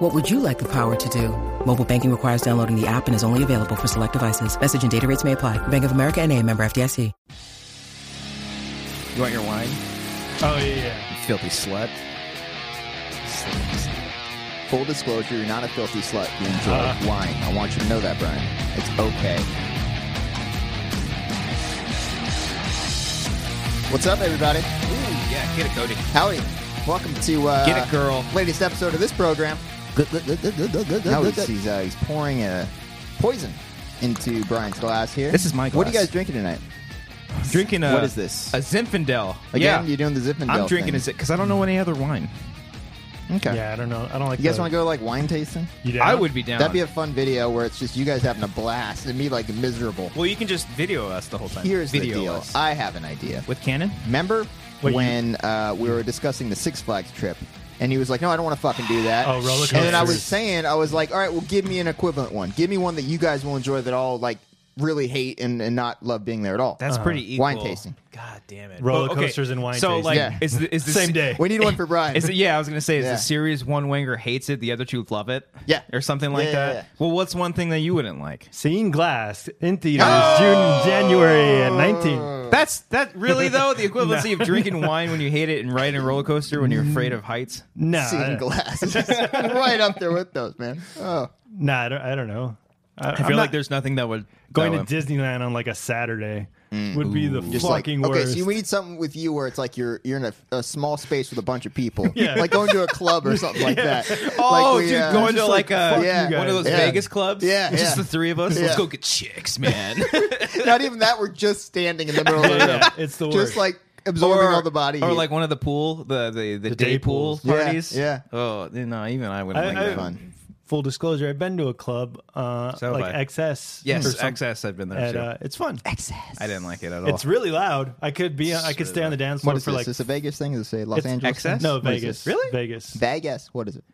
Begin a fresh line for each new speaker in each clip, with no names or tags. What would you like the power to do? Mobile banking requires downloading the app and is only available for select devices. Message and data rates may apply. Bank of America and a member FDIC.
You want your wine?
Oh yeah, yeah.
You filthy slut. Filthy slut. Full disclosure, you're not a filthy slut. You enjoy
Uh-huh.
wine. I want you to know that, Brian. It's okay. What's up, everybody?
Ooh, yeah, get it, Cody.
Howdy. Welcome to uh,
Get it, girl.
latest episode of this program. Now he's,
This
he's, uh, he's pouring a poison into Brian's glass here.
This is my
What are you
glass.
guys drinking tonight?
Drinking a
what is this?
A Zinfandel.
Again,
yeah,
you're doing the Zinfandel.
I'm drinking
thing.
a Zin because I don't know any other wine.
Okay.
Yeah, I don't know. I don't like.
You guys want to go like wine tasting?
You down?
I would be down.
That'd be a fun video where it's just you guys having a blast and me like miserable.
Well, you can just video us the whole time.
Here's
video
the deal.
us.
I have an idea.
with Canon.
Remember
Wait, you-
when uh, we were discussing the Six Flags trip, and he was like, "No, I don't want to fucking do that."
Oh, roller
And then I was
coasters.
saying, I was like, "All right, well, give me an equivalent one. Give me one that you guys will enjoy that I'll like really hate and, and not love being there at all."
That's pretty equal.
Wine tasting.
God damn it.
Uh-huh. Roller
Well, okay,
coasters and wine
So
tasting.
like,
Yeah.
is the, is the
same day.
we need one for Brian.
Is it, yeah, I was gonna say, is
Yeah.
the series one winger hates it, the other two love it?
Yeah.
or something like
Yeah, yeah,
that.
yeah.
Well, what's one thing that you wouldn't like?
Seeing Glass in theaters June, January, uh, and 19.
That's that really though the equivalency of drinking wine when you hate it and riding a roller coaster when
Mm.
you're afraid of heights.
Nah,
Seeing
I-
glasses right up there with those man. Oh,
nah, I don't, I don't know. I,
I feel like there's nothing that would
going
that would-
to Disneyland on like a Saturday would be the
Mm. just like
fucking
okay,
worst.
so we need something with you where it's like you're you're in a, a small space with a bunch of people,
Yeah.
like going to a club or something like that.
Oh,
like we,
dude,
uh,
going to like, a
yeah.
one of those
Yeah.
Vegas clubs.
Yeah,
just
yeah.
the three of us.
Yeah.
Let's go get chicks, man.
Not even that. We're just standing in the middle of the room.
yeah, it's the worst.
Just like absorbing all the body.
or
heat.
like one of the pool, the the, the, day,
day
pool
pools.
Yeah,
parties.
yeah.
Oh no, even I wouldn't
I-
Oh
like
I-
that.
fun.
full disclosure, I've been to a club uh,
So have
like
I.
XS. or
Yes,
something,
XS. I've been there
and,
too.
uh, it's fun.
I didn't like it at all.
It's really loud. I could be. I could stay on the dance floor
what is
for
this?
like
is this a Vegas thing? Is this a Los
It's
Angeles?
excess?
thing?
no
What is
Vegas.
this?
Really?
Vegas.
Vegas. What is it?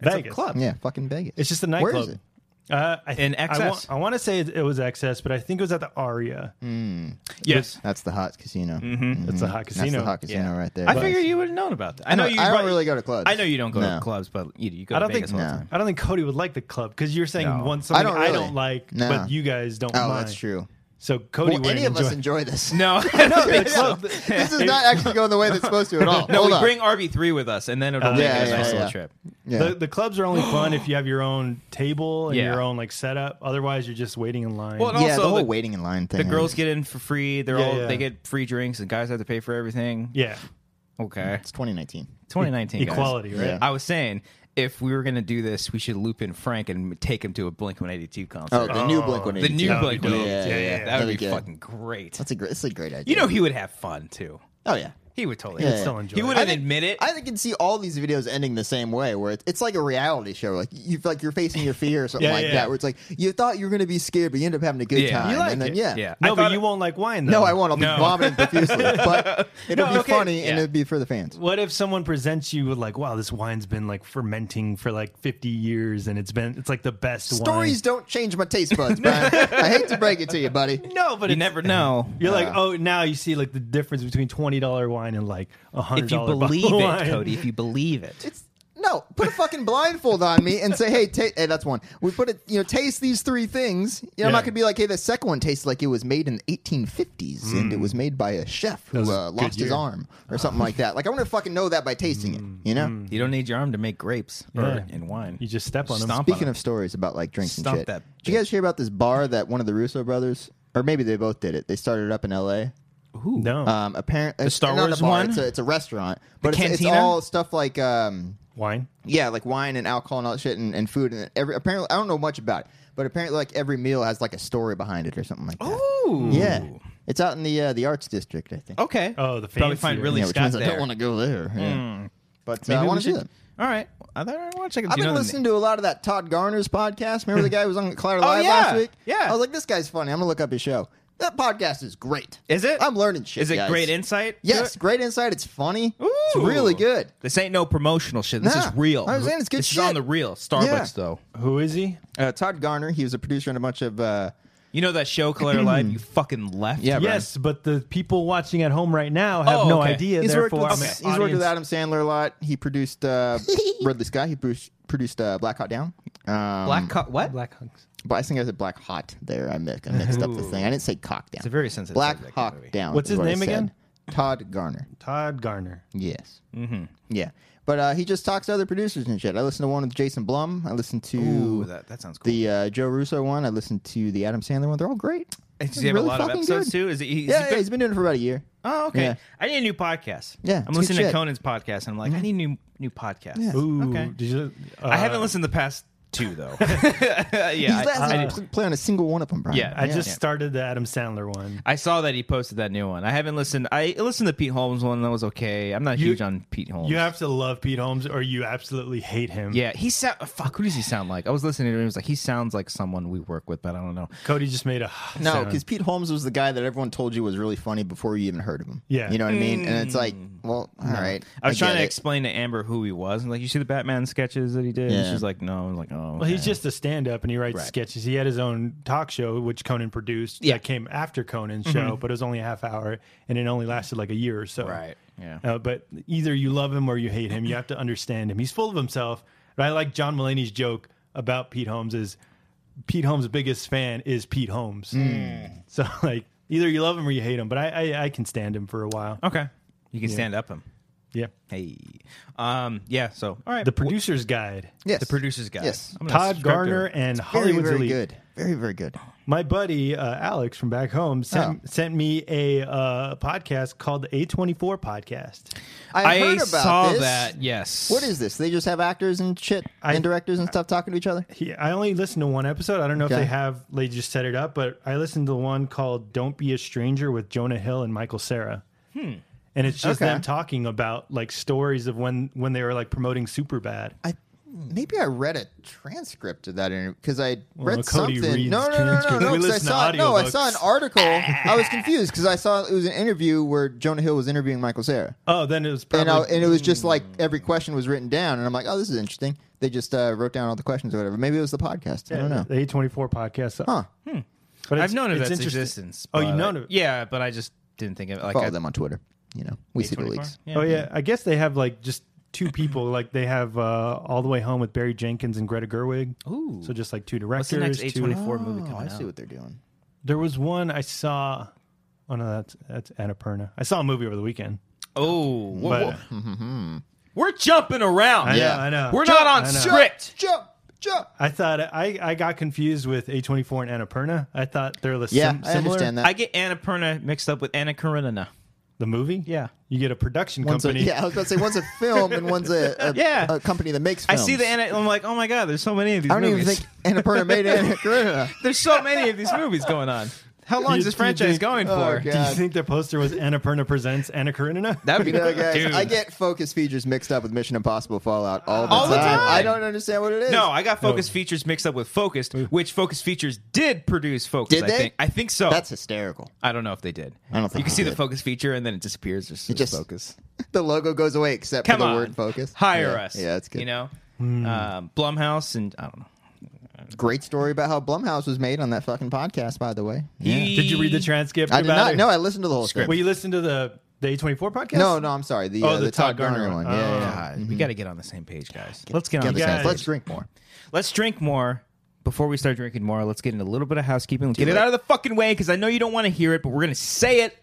It's
Vegas.
a club.
Yeah, fucking Vegas.
It's just a
Where
nightclub.
is it?
Uh, I,
In
I wa-
Excess.
I, want to say it, it was excess, but I think it was at the Aria.
Mm-hmm.
Yes.
That's the hot casino. Mm-hmm.
It's a hot
That's
casino.
the hot casino right there.
I
But-
figured you would have known about that. I know
don't-
you.
I don't
probably-
really go to clubs.
I know you don't go
No.
to clubs, but you, you go
I
to
don't think
Vegas all the
No.
time.
I don't think Cody would like the club because you're saying
No.
one something I don't,
don't really.
like,
No.
but you guys don't.
Oh,
mind.
that's true.
So Cody
Well,
wouldn't
any of us
enjoy-
enjoy this.
No, no,
the club.
this is not actually going the way that's supposed to at all.
no.
Hold
We
on.
bring RV three with us, and then
Oh,
it'll make
yeah,
it a
yeah,
nice little
yeah.
trip.
Yeah.
The, the clubs are only fun if you have your own table and
Yeah.
your own like setup. Otherwise, you're just waiting in line.
Well, no,
yeah,
also
the whole
the-
waiting in line thing.
The girls get in for free. They're
Yeah,
all
yeah.
they get free drinks, and guys have to pay for everything.
yeah,
Okay.
It's 2019.
2019 guys.
equality, right?
Yeah.
I was saying if we were going to do this, we should loop in Frank and take him to a Blink 182 concert.
Oh, the new Blink One.
the new
That would
Blink
be dope.
182.
Yeah, yeah, yeah.
That
That'd
would be
be good.
fucking great.
That's a great. That's a great idea.
You know, he would have fun too.
Oh yeah.
He would totally.
Yeah,
have
yeah.
Still
fun.
enjoy.
He
it.
wouldn't admit it.
I can see all these videos ending the same way, where it, it's like a reality show. Like you feel like you're facing your fear or something
Yeah,
like
yeah.
that, where it's like you thought you were going to be scared, but you end up having a good
Yeah.
time.
You
like
and then,
it.
Yeah.
Yeah. I
No, but
thought-
you won't like wine.
No,
though.
I won't. I'll be
No.
vomiting profusely, but it'll
No,
be
okay.
funny and
Yeah.
it'll be for the fans.
What if someone presents you with like, wow, this wine's been like fermenting for like 50 years and it's been it's like the best wine.
Stories don't change my taste buds, Brian. I hate to break it to you, buddy.
No, but
you
it's-
never know.
You're like, oh, now you see like the difference between twenty dollar wine and like a hundred
If you
dollar
believe it,
wine.
Cody. If you believe it.
It's no. Put a fucking blindfold on me and say, "Hey, ta- hey, that's one." We put it. You know, taste these three things. You know, I'm
Yeah.
not gonna be like, "Hey, the second one tastes like it was made in the 1850s and it was made by a chef who
was a
uh,
good
lost his
year.
arm or something like that." Like, I want to fucking know that by tasting it. You know.
You don't need your arm to make grapes or
Yeah.
and wine.
You just step on 'em.
Stomp
Speaking
on
of stories about like drinks and
Stomp
shit,
that
did you guys hear about this bar that one of the Russo brothers, or maybe they both did it? They started it up in L.A.
no
Uh,
Um, apparently, the
Star
not
Wars
a bar,
one?
It's a, it's a restaurant, but it's, it's
cantina?
all stuff like um,
wine.
yeah, like wine and alcohol and all that shit and, and food and every apparently I don't know much about it, but apparently like every meal has like a story behind it or something like that.
it. Ooh.
Yeah, it's out in the uh, the arts district, I think.
Okay.
Oh, the
probably find
fancier.
really
yeah, which
Scott
means I
there. Hmm.
don't want to go there. Yeah. But uh,
Maybe
I
we
want to do
should-
that.
All right. I thought I want to check. it.
I've
Do you
been
know the
listening to a lot of that Todd Garner's podcast. Remember the guy who was on Collider
Oh,
Live last
yeah.
week?
Yeah.
I was like, this guy's funny. I'm gonna look up his show. That podcast is great.
Is it?
I'm learning shit.
Is it
guys.
great insight? to
Yes,
it?
great insight. It's funny. It's
Ooh.
really good.
This ain't no promotional shit. This
Nah,
is real.
I was saying it's good
This
shit.
is on the real. Starbucks
Yeah.
though.
Who is he?
Uh, Todd Garner, he was a producer on a bunch of. Uh,
You know that show Claire Live? You fucking left.
Yeah, bro.
Yes, but the people watching at home right now have
Oh,
no
okay.
idea.
he's worked,
therefore,
with,
I'm an
he's worked with
audience-
Adam Sandler a lot. He produced uh, Ridley Scott. He produced, produced uh, Black Hawk Down. Um,
Black Cock. What?
Black Hunks.
But I think I said Black Hot there. I mixed, I mixed up this thing. I didn't say cock down. It's
a very sensitive
Black
subject, that
Hawk
movie.
Down.
What's
is
his
what I
name
said.
again?
Todd Garner.
Todd Garner.
Yes. Mm-hmm. Yeah. But uh, he just talks to other producers and shit. I listened to one with Jason Blum. I listened to
Ooh, that, that sounds cool.
the uh, Joe Russo one. I listened to the Adam Sandler one. They're all great.
Does
It's
he have
really
a lot of
fucking
episodes
good.
too? Is he? Is
yeah,
he
yeah,
been-
he's been doing it for about a year.
Oh, okay.
Yeah.
I need a new podcast.
Yeah, it's
I'm listening
good
to
shit. Mm-hmm.
Conan's podcast, and I'm like, I need new new podcast.
Ooh,
Okay.
did you, uh,
I haven't listened to the past two though. yeah,
he's
I,
last not pl- play on a single one of them, Brian.
Yeah,
I just
Yeah.
started the Adam Sandler one.
I saw that he posted that new one. I haven't listened. I listened to Pete Holmes one. That was okay. I'm not
You-
huge on Pete Holmes.
You have to love Pete Holmes, or you absolutely hate him.
yeah, he sound fuck. Who does he sound like? I was listening to him. He was like, he sounds like someone we work with, but I don't know.
Cody just made a
No,
sound.
because Pete Holmes was the guy that everyone told you was really funny before you even heard of him.
Yeah.
you know what I mean. And it's like, well, all right.
I was trying
get
to
it.
explain to Amber who he was. And like, you see the Batman sketches that he did. And
Yeah.
she's like, no. I'm like, oh.
Well, he's
okay.
just a stand-up, and he writes
Right.
sketches. He had his own talk show, which Conan produced.
Yeah. Mm-hmm.
that came after Conan's show, but it was only a half hour, and it only lasted like a year or so.
Right, yeah.
Uh, but either you love him or you hate him. You have to understand him. He's full of himself. But I like John Mulaney's joke about Pete Holmes is Pete Holmes' biggest fan is Pete Holmes.
Hmm.
So like either you love him or you hate him. But I I, I can stand him for a while.
okay. You can stand up him.
Yeah.
Hey, um, yeah. So all right,
The producer's guide.
Yes.
the producers guy.
Yes.
I'm gonna
Todd
subscribe to
Garner
it.
and
Very,
Hollywood's
very
elite.
good. Very, very good.
My buddy uh, Alex from back home sent
Oh.
sent me a uh, podcast called the A24 podcast.
I,
heard about
saw
this.
that. Yes.
What is this? They just have actors and shit and directors and stuff talking to each other.
He, I only listened to one episode. I don't know if
Okay.
they have they just set it up, but I listened to the one called "Don't Be a Stranger" with Jonah Hill and Michael Sarah.
Hmm.
And it's just
Okay.
them talking about like stories of when when they were like promoting Superbad.
I maybe I read a transcript of that interview because I read
Cody
something.
reads
No, no, no, no,
transcripts.
no.
We
'cause I
listen to
saw no, I saw an
audiobooks.
article. I was confused because I saw it was an interview where Jonah Hill was interviewing Michael Sarah,
Oh, then it was
and
probably
I, and it was just like every question was written down, and I'm like, oh, this is interesting. They just uh, wrote down all the questions or whatever. Maybe it was the podcast. I don't know.
the A24 podcast.
Huh?
But
Hmm. I've known of
it's
its
interesting-
existence.
Oh, you
but-
know of it.
Yeah, but I just didn't think of it. Like,
Follow
I,
them on Twitter. You know, we see the
A24?
leaks.
Yeah.
Oh yeah, I guess they have like just two people. Like they have uh, all the way home with Barry Jenkins and Greta Gerwig.
Ooh.
so just like two
What's the next
directors. two-
A24 movie
Oh, I
coming
see
out?
what they're doing.
There was one I saw. Oh no, that's that's Annapurna. I saw a movie over the weekend.
Oh, whoa,
But-
whoa.
Mm-hmm.
we're jumping around.
I
Yeah.
know, I know.
We're not on
I know.
script.
Jump, jump.
I thought I, I got confused with A24 and Annapurna. I thought they're the
Yeah,
sim-
I
similar.
understand that.
I get Anna Perna mixed up with Anna Karenina.
The movie?
Yeah.
You get a production
One's a,
company.
yeah, I was about to say one's a film and one's a, a,
Yeah.
a company that makes
I
films.
see the Anna. I'm like, oh my god, there's so many of these.
I don't
movies.
even think Annapurna made it. Anna Karenina.
there's so many of these movies going on. How long
You-
is this
you
franchise
think-
going
Oh,
for?
God.
Do you think their poster was Annapurna presents Anna Karenina?
That would be
You know, guys,
dude.
I get focus features mixed up with Mission Impossible Fallout all the,
All
time.
the time.
I don't understand what it is.
No, I got Focus Features mixed up with Focused, which Focus Features did produce Focus.
Did
I
they?
think. I think so.
that's hysterical.
I don't know if they did.
I don't think
you can
they
see the
did.
Focus feature and then it disappears. It's just,
just-
Focus.
The logo goes away except
Come
for the
on,
word focus.
Hire
Yeah.
us.
Yeah, that's good. Hmm.
You know, um, Blumhouse and I don't know.
Great story about how Blumhouse was made on that fucking podcast. By the way,
He-
Did you read the transcript?
I did
about
not.
It?
No, I listened to the whole script.
Will you listen to the the A24 podcast?
No, no, I'm sorry. The,
Oh,
uh, the, Todd, Garner, one. Yeah,
Oh.
yeah, yeah.
God, we got to get on the same page, guys. Let's get on
Get
the
this
same
out.
guys.
Let's drink more.
Let's drink more. Before we start drinking more, let's get into a little bit of housekeeping. Get it out of the fucking way because I know you don't want to hear it, but we're going to say it.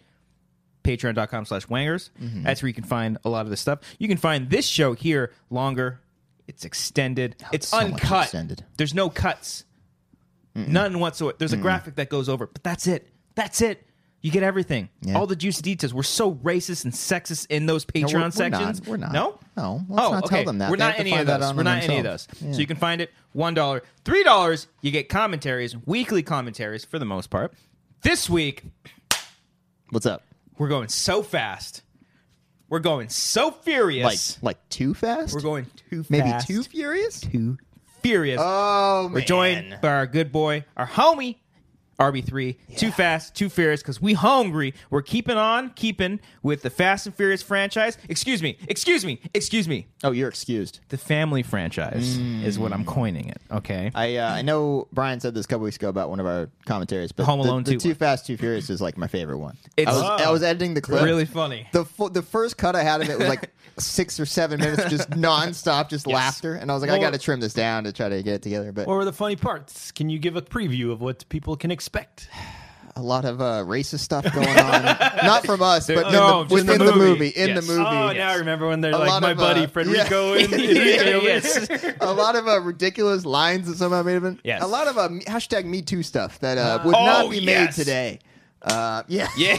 Patreon.com slash wangers.
Mm-hmm.
That's where you can find a lot of this stuff. You can find this show here longer. It's extended.
it's
it's
Oh, so much
uncut.
extended.
There's no cuts. None whatsoever. There's a graphic that goes over, but that's it. That's it. You get everything. All the juicy details. We're so racist and sexist in those
No,
Patreon
we're- we're
sections.
not. We're not.
No?
No, let's
oh,
not tell
okay.
them that.
We're
They have
not
to
any of
find that
those.
out
We're
on
not any of those.
themselves. Yeah.
So you can find it $1. $3, you get commentaries, weekly commentaries for the most part. This week,
What's up?
we're going so fast. We're going so furious.
Like, like too fast?
we're going too
maybe
fast.
too furious?
too furious.
Oh, man.
We're joined by our good boy, our homie, RB3. Too fast, too furious, because we hungry. We're keeping on keeping with the Fast and Furious franchise. Excuse me, excuse me, excuse me.
Oh, you're excused.
The family franchise is what I'm coining it, okay?
Mm. I uh, I know Brian said this a couple weeks ago about one of our commentaries, but
Home
the-
Alone
the,
2
Too
one.
Fast, Too Furious is like my favorite one. I
It's-
was, I was editing the clip.
Really funny.
The fu- the first cut I had of it was like six or seven minutes, just nonstop, just laughter, and I was like, I
Or-
got to trim this down to try to get it together. But
Or the funny parts? Can you give a preview of what people can expect?
a lot of uh, racist stuff going on, not from us, but
No,
in
just
the, within
the
the
movie.
movie, in
Yes.
the movie.
Oh, now I remember when they're
A
like
lot
my
of,
buddy
uh,
Federico
yeah.
and
Yeah,
Enrique over
yes.
a lot of uh, ridiculous lines that somehow made it.
Yes.
A lot of uh, me- hashtag Me Too stuff that uh, would
Oh,
not be
yes.
made today. Uh, yeah,
Yeah.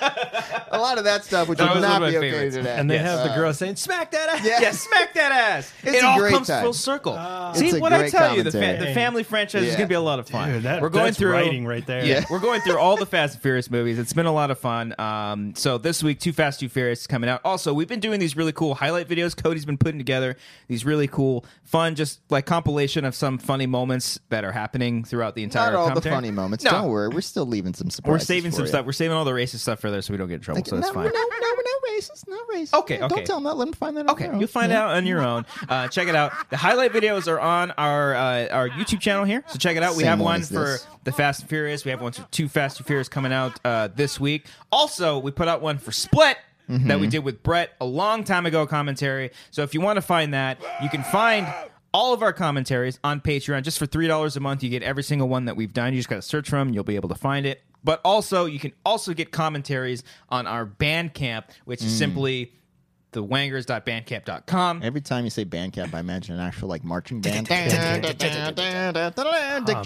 a lot of that stuff which
That
would
was one
not
of my
be okay
favorites.
today. Uh,
And they
Yes.
have the girl saying, "Smack that ass."
Yeah.
yeah, smack that ass.
It's
it
a
all
great
comes
time.
full circle.
It's
See
a
what I
great
tell you, the, fa-
commentary.
the family franchise is
Yeah.
gonna be a lot of fun.
Dude, that-
We're going
that's
through
writing right there.
Yeah,
Yeah.
we're going through all the Fast and Furious movies. It's been a lot of fun. Um, so this week, Too Fast, Too Furious is coming out. Also, we've been doing these really cool highlight videos. Cody's been putting together these really cool, fun, just like compilation of some funny moments that are happening throughout the entire.
Not all the
commentary.
funny moments.
No.
Don't worry, we're still leaving some surprises.
We're saving
for
some
you.
stuff. We're saving all the racist stuff for there, so we don't get in trouble. So
no,
that's
no,
fine.
no, no, we're not racist. Not racist.
Okay,
No,
okay.
Don't tell them that. Let them find that out.
Okay, you'll find out on your own. Uh, check it out. The highlight videos are on our uh, our YouTube channel here, so check it out. We
Same
have
one
one
as
for
this.
the Fast and Furious. We have one for Two Fast and Furious coming out uh, this week. Also, we put out one for Split. That
Mm-hmm.
we did with Brett a long time ago, commentary. So if you want to find that, you can find all of our commentaries on Patreon. Just for $3 a month, you get every single one that we've done. You just got to search for 'em, you'll be able to find it. But also, you can also get commentaries on our Bandcamp, which
Mm.
is simply thewangers.bandcamp.com.
Every time you say band camp, I imagine an actual like marching band. Dick
Oh,
jokes.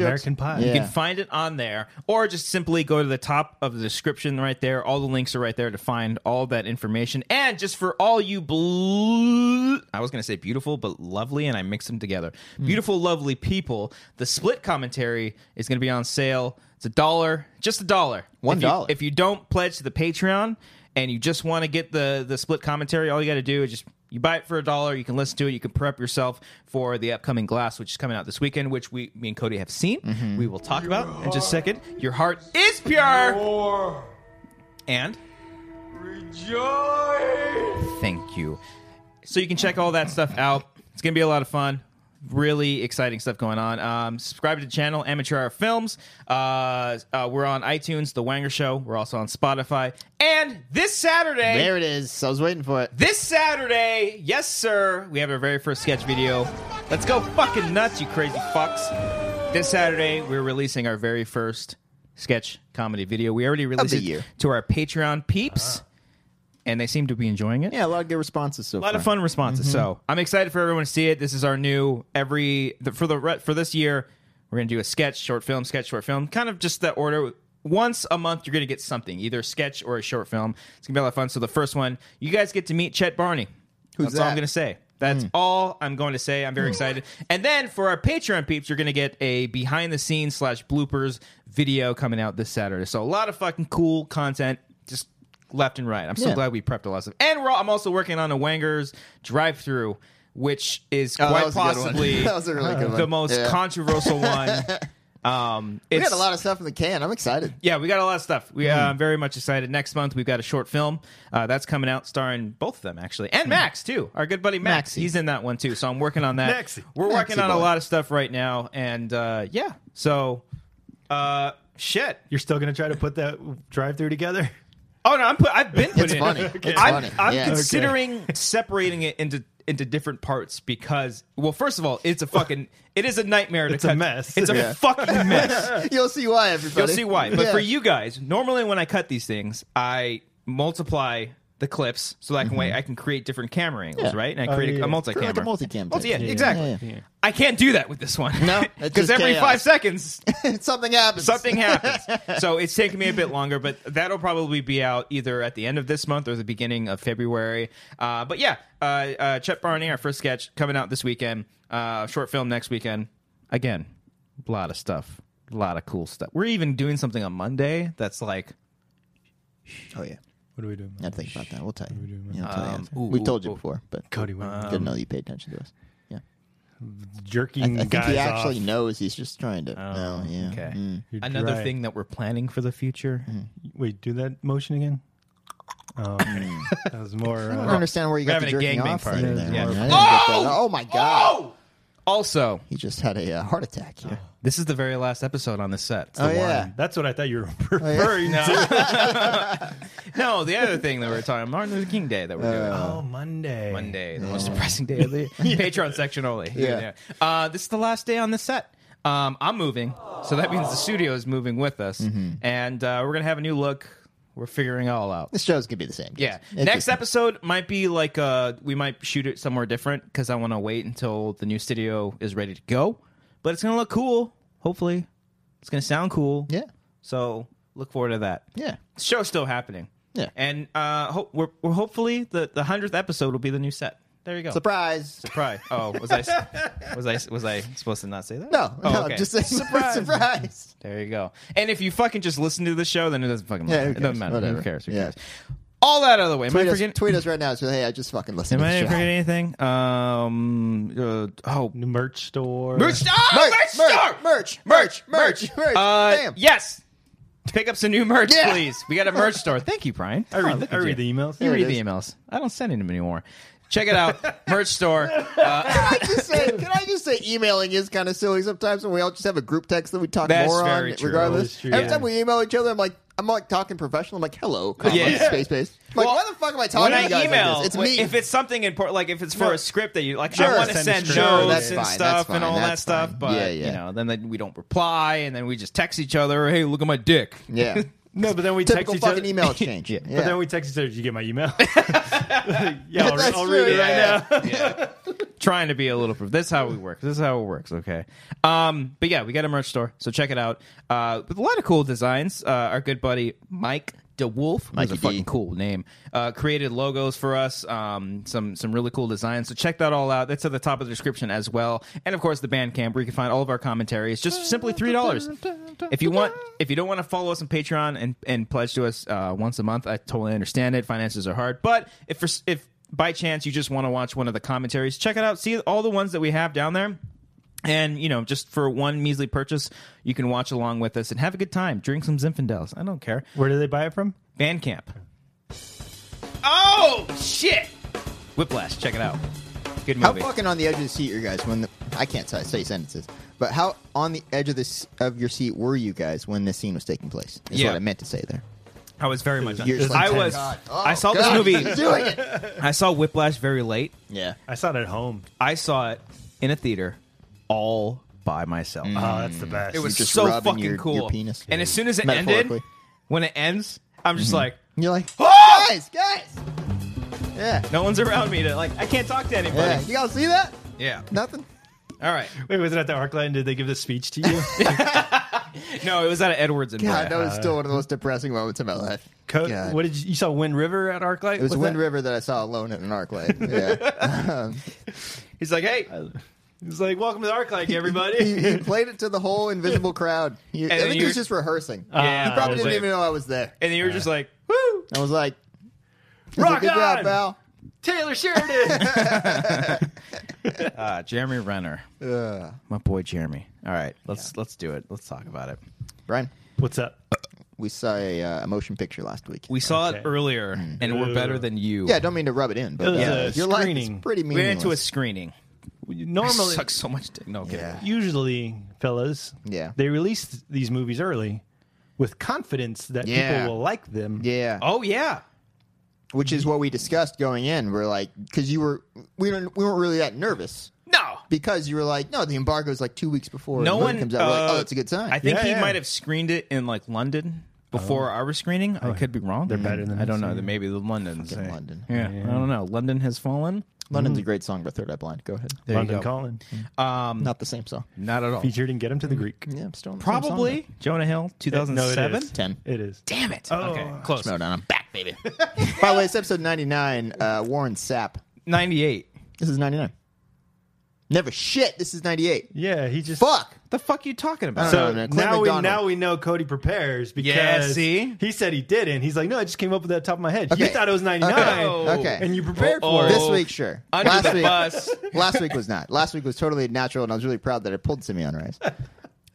American Pie.
Yeah.
You can find it on there, or just simply go to the top of the description right there. All the links are right there to find all that information. And just for all you blue, I was going to say beautiful, but lovely, and I mixed them together. Beautiful, lovely people. The split commentary is going to be on sale. It's a dollar, just a dollar.
One
If you-
dollar.
If you don't pledge to the Patreon and you just want to get the the split commentary, all you got to do is just you buy it for a dollar. You can listen to it. You can prep yourself for the upcoming Glass, which is coming out this weekend, which we me and Cody have seen.
Mm-hmm.
We will talk about in just a second. Your heart is pure. And rejoice. Thank you. So you can check all that stuff out. It's gonna be a lot of fun. Really exciting stuff going on. Um, subscribe to the channel, Amateur Hour Films. Uh, uh, we're on iTunes, The Wanger Show. We're also on Spotify. And this Saturday,
There it is. I was waiting for it.
this Saturday, yes, sir, we have our very first sketch video. Let's go fucking nuts, you crazy fucks. This Saturday, we're releasing our very first sketch comedy video. We already released
the
it
year.
to our Patreon peeps, and they seem to be enjoying it.
Yeah, a lot of good responses so
A lot of fun responses. So I'm excited for everyone to see it. This is our new every the, for the re- for this year. We're gonna do a sketch, short film, sketch, short film. Kind of just that order. Once a month, you're gonna get something, either a sketch or a short film. It's gonna be a lot of fun. So the first one, you guys get to meet Chet Barney. Who's That's all I'm
that?
gonna say. That's
Hmm.
all I'm going to say. I'm very excited. And then for our Patreon peeps, you're going to get a behind the scenes slash bloopers video coming out this Saturday. So a lot of fucking cool content. Just left and right. I'm so
Yeah.
glad we prepped a lot of stuff. And we're all, I'm also working on a Wanger's drive through, which is
Oh, that
quite
was a good one.
possibly
That was a really good
the
one.
most
Yeah.
controversial one. Um,
We
it's,
got a lot of stuff in the can. I'm excited.
yeah, we got a lot of stuff. We uh,
Hmm.
I'm very much excited. Next month we've got a short film uh, that's coming out, starring both of them actually,
Hmm.
and Max too. Our good buddy Max,
Maxi.
he's in that one too. So I'm working on that.
Maxi.
We're working
Maxi
on a
boy.
lot of stuff right now, and uh, yeah. So, uh, shit.
You're still gonna try to put that drive-through together?
Oh no, I'm put, I've been putting it.
funny. Okay. It's
I'm,
funny.
I'm
Yeah.
considering separating it into into different parts because, well, first of all, it's a fucking it is a nightmare. To
It's a
cut.
mess.
It's
Yeah.
a fucking mess.
You'll see why, everybody.
You'll see why. But
Yeah.
for you guys, normally when I cut these things, I multiply the clips so that I can wait. I can create different camera angles,
Mm-hmm. Yeah.
right? And I
Oh,
create
yeah,
a
yeah.
multi-camera.
Like a multi-cam
Multi- yeah,
thing. Yeah,
exactly.
yeah, yeah.
I can't do that with this one.
No, it's
because
just
every
chaos.
five seconds
something happens.
something happens. So it's taking me a bit longer, but that'll probably be out either at the end of this month or the beginning of February. Uh, but yeah, uh, uh, Chet Barney, our first sketch coming out this weekend. Uh, short film next weekend. Again, a lot of stuff, a lot of cool stuff. We're even doing something on Monday that's like
Oh yeah.
What are we doing?
I think about that. We'll tell you. Yeah, I'll tell you
Um,
after.
ooh,
We've
ooh,
told you
ooh.
before, but
Cody, what-
good to know you pay attention to us. Yeah.
jerking
I think
guys
he actually
off.
knows. He's just trying to. Oh, yeah.
Okay.
Mm.
You're
Another
dry.
thing that we're planning for the future.
Mm-hmm.
Wait, do that motion again. Oh, okay. that was more.
I
Uh,
don't understand where you
We're
got the
having a
jerking
gangbang
off
party.
thing there.
Yeah.
I didn't get that. Oh my god!
Also,
He just had a uh, heart attack here.
this is the very last episode on this set.
Oh, yeah. Oh,
that's what I thought you were
yeah.
referring to.
No, the other thing that we were talking about, Martin Luther King Day that we're
Uh,
doing.
Oh, Monday.
Monday, the most depressing day of the year. Patreon section only.
Yeah.
Uh, this is the last day on the set. Um, I'm moving, so that means the studio is moving with us,
Mm-hmm.
and uh, we're gonna have a new look. We're figuring it all out.
This show's gonna be the same. guys.
Yeah.
It's
Next
just-
episode might be like uh we might shoot it somewhere different because I want to wait until the new studio is ready to go. But it's gonna look cool. Hopefully, it's gonna sound cool.
Yeah.
So look forward to that.
Yeah.
The show's still happening.
Yeah.
And uh, ho- we're, we're hopefully the the hundredth episode will be the new set. There you go.
Surprise!
Surprise! Oh, was I was I was I supposed to not say that?
No,
Oh,
no,
okay.
just saying. Surprise! surprise.
There you go. And if you fucking just listen to the show, then it doesn't fucking matter.
who
it
cares?
doesn't matter.
Whatever.
Who cares? Who
Yeah.
cares? All that out of the way. Am
Tweet
I
us,
forgetting?
tweet us right now. So hey, I just fucking listened
Am
to
I
the show.
forgetting anything? Um. Uh, oh.
New merch store.
Merch store! Merch, store!
merch, merch, merch, merch, merch.
Uh,
Damn.
Yes. Pick up some new merch,
Yeah.
please. We got a merch store. Thank you, Brian.
I read, the, I read the emails.
You
it
read the
is.
emails. I don't send them anymore. Check it out. merch store. Uh,
Can I just say? Can I just say? Emailing is kind of silly sometimes, and we all just have a group text that we talk
That's
more
very
on.
true.
Regardless,
That's true,
every
yeah.
time we email each other, I'm like, I'm like talking professional. I'm like, hello, comma,
Yeah.
space, space. I'm like,
Well,
why the fuck am I
when
talking to you
I
guys
email,
like this? It's
when-
me.
if it's something important, like if it's for a script that you like,
Sure.
I want to
Send
send
a script. Sure,
notes
that's
and
fine,
stuff
that's fine,
and all that
that's
stuff,
fine.
but
Yeah, yeah.
you know, then like, we don't reply, and then we just text each other, "Hey, look at my dick."
yeah,
No, but then we
typical
text each
fucking
other.
email exchange. yeah.
But then we text each other. Did you get my email? yeah, I'll, re-
That's
I'll
true,
read it
yeah.
right now.
trying to be a little proof. This is how we work. This is how it works. Okay. Um, but yeah, we got a merch store, so check it out. Uh, with a lot of cool designs. Uh, our good buddy Mike DeWolf, who's
Mikey
a
D.
fucking cool name, uh, created logos for us. Um, some some really cool designs. So check that all out. That's at the top of the description as well, and of course the Bandcamp where you can find all of our commentaries. Just simply three dollars. If you want, if you don't want to follow us on Patreon and and pledge to us uh, once a month, I totally understand it. Finances are hard, but if for, if by chance you just want to watch one of the commentaries, check it out. See all the ones that we have down there. And you know, just for one measly purchase, you can watch along with us and have a good time. Drink some Zinfandels. I don't care.
Where do they buy it from?
Bandcamp. Oh shit! Whiplash. Check it out. Good
How
movie.
fucking on the edge of the seat, you guys? When the, I can't say, say sentences, but how on the edge of this of your seat were you guys when this scene was taking place? Is
Yeah.
what I meant to say there.
I was very much. On.
You're just
I
like,
was.
God. Oh,
I saw
God,
this
he's
movie.
doing it.
I saw Whiplash very late.
Yeah,
I saw it at home.
I saw it in a theater all by myself. Uh,
Oh, that's the best.
It was
Mm. just
so
rubbing
fucking
your-
cool.
your penis.
And as soon as it ended,
Metaphorically. Mm-hmm.
when it ends, I'm just like,
And you're like, guys, guys. Yeah,
no one's around me to like. I can't talk to
yeah.
anybody.
You all see that?
Yeah.
Nothing.
All right.
Wait, was it at the ArcLight? And did they give the speech to you?
No, it was out of Edwards and
God,
Brea.
that was still one of the most depressing moments of my life.
Co-
God.
what did you, you saw? Wind River at ArcLight?
it was
What's
Wind
that?
River that I saw alone in an arc light. Yeah.
He's like, hey,
It was like, welcome to ArcLight, everybody.
Uh, he, he played it to the whole invisible crowd. He- I
then
think he
you're-
was just rehearsing.
Yeah,
he probably
was
didn't
like-
even know I was there.
and you were just like, woo.
I was like, "This is a
Rock
good job,
on!"
pal.
Taylor Sheridan.
Uh, Jeremy Renner, my boy Jeremy. All right, let's let's do it. Let's talk about it.
Brian,
What's up?
we saw a, uh, a motion picture last week.
We saw it
Okay.
earlier, and we're
Ooh.
better than you.
yeah, don't mean to rub it in, but
was
yeah,
a
your life is
screening.
pretty
we went
meaningless.
into a screening.
Normally,
Sucks so much dick. No, I'm kidding.
yeah.
usually, fellas,
Yeah.
they release these movies early with confidence that
Yeah.
people will like them.
Yeah,
Oh yeah.
which
Mm-hmm.
is what we discussed going in. We're like, because you were, we weren't, we weren't really that nervous
No.
because you were like, no, the embargo is like two weeks before the
No
movie
one
comes out. We're like,
uh,
oh, that's a good sign.
I think
Yeah,
he
yeah.
might have screened it in like London
Oh.
before our screening. I could be wrong. They're
better
Mm.
than
I don't
us,
know.
yeah.
That Maybe the London's eh?
London.
Yeah, I don't know. London has fallen.
London's a great song by Third Eye Blind. Go ahead.
There
London
you go.
Calling,
Not the same song.
Um, Not at all.
featured in Get Him to the Greek.
Mm. Yeah, I'm still on the same song,
Probably Jonah Hill, two
No, it is.
thousand seven.
Ten.
It is.
Damn it. okay,
Oh.
close.
though. No, no, I'm back, baby. By the way, it's episode 99. Uh, Warren Sapp.
Ninety eight.
This is 99. Never shit. This is 98.
Yeah, he just
Fuck.
The fuck you talking about?
I
So
don't know, man. Clint
now we
uh, McDonald.
now we know Cody prepares because
see?
he said he didn't. He's like, no, I just came up with that top of my head. You
Okay.
thought it was ninety nine,
Okay.
Okay.
and you prepared for
Uh-oh.
it.
This week, sure.
Under
last
the
week,
bus.
last week was not. Last week was totally natural, and I was really proud that I pulled Simeon Rice.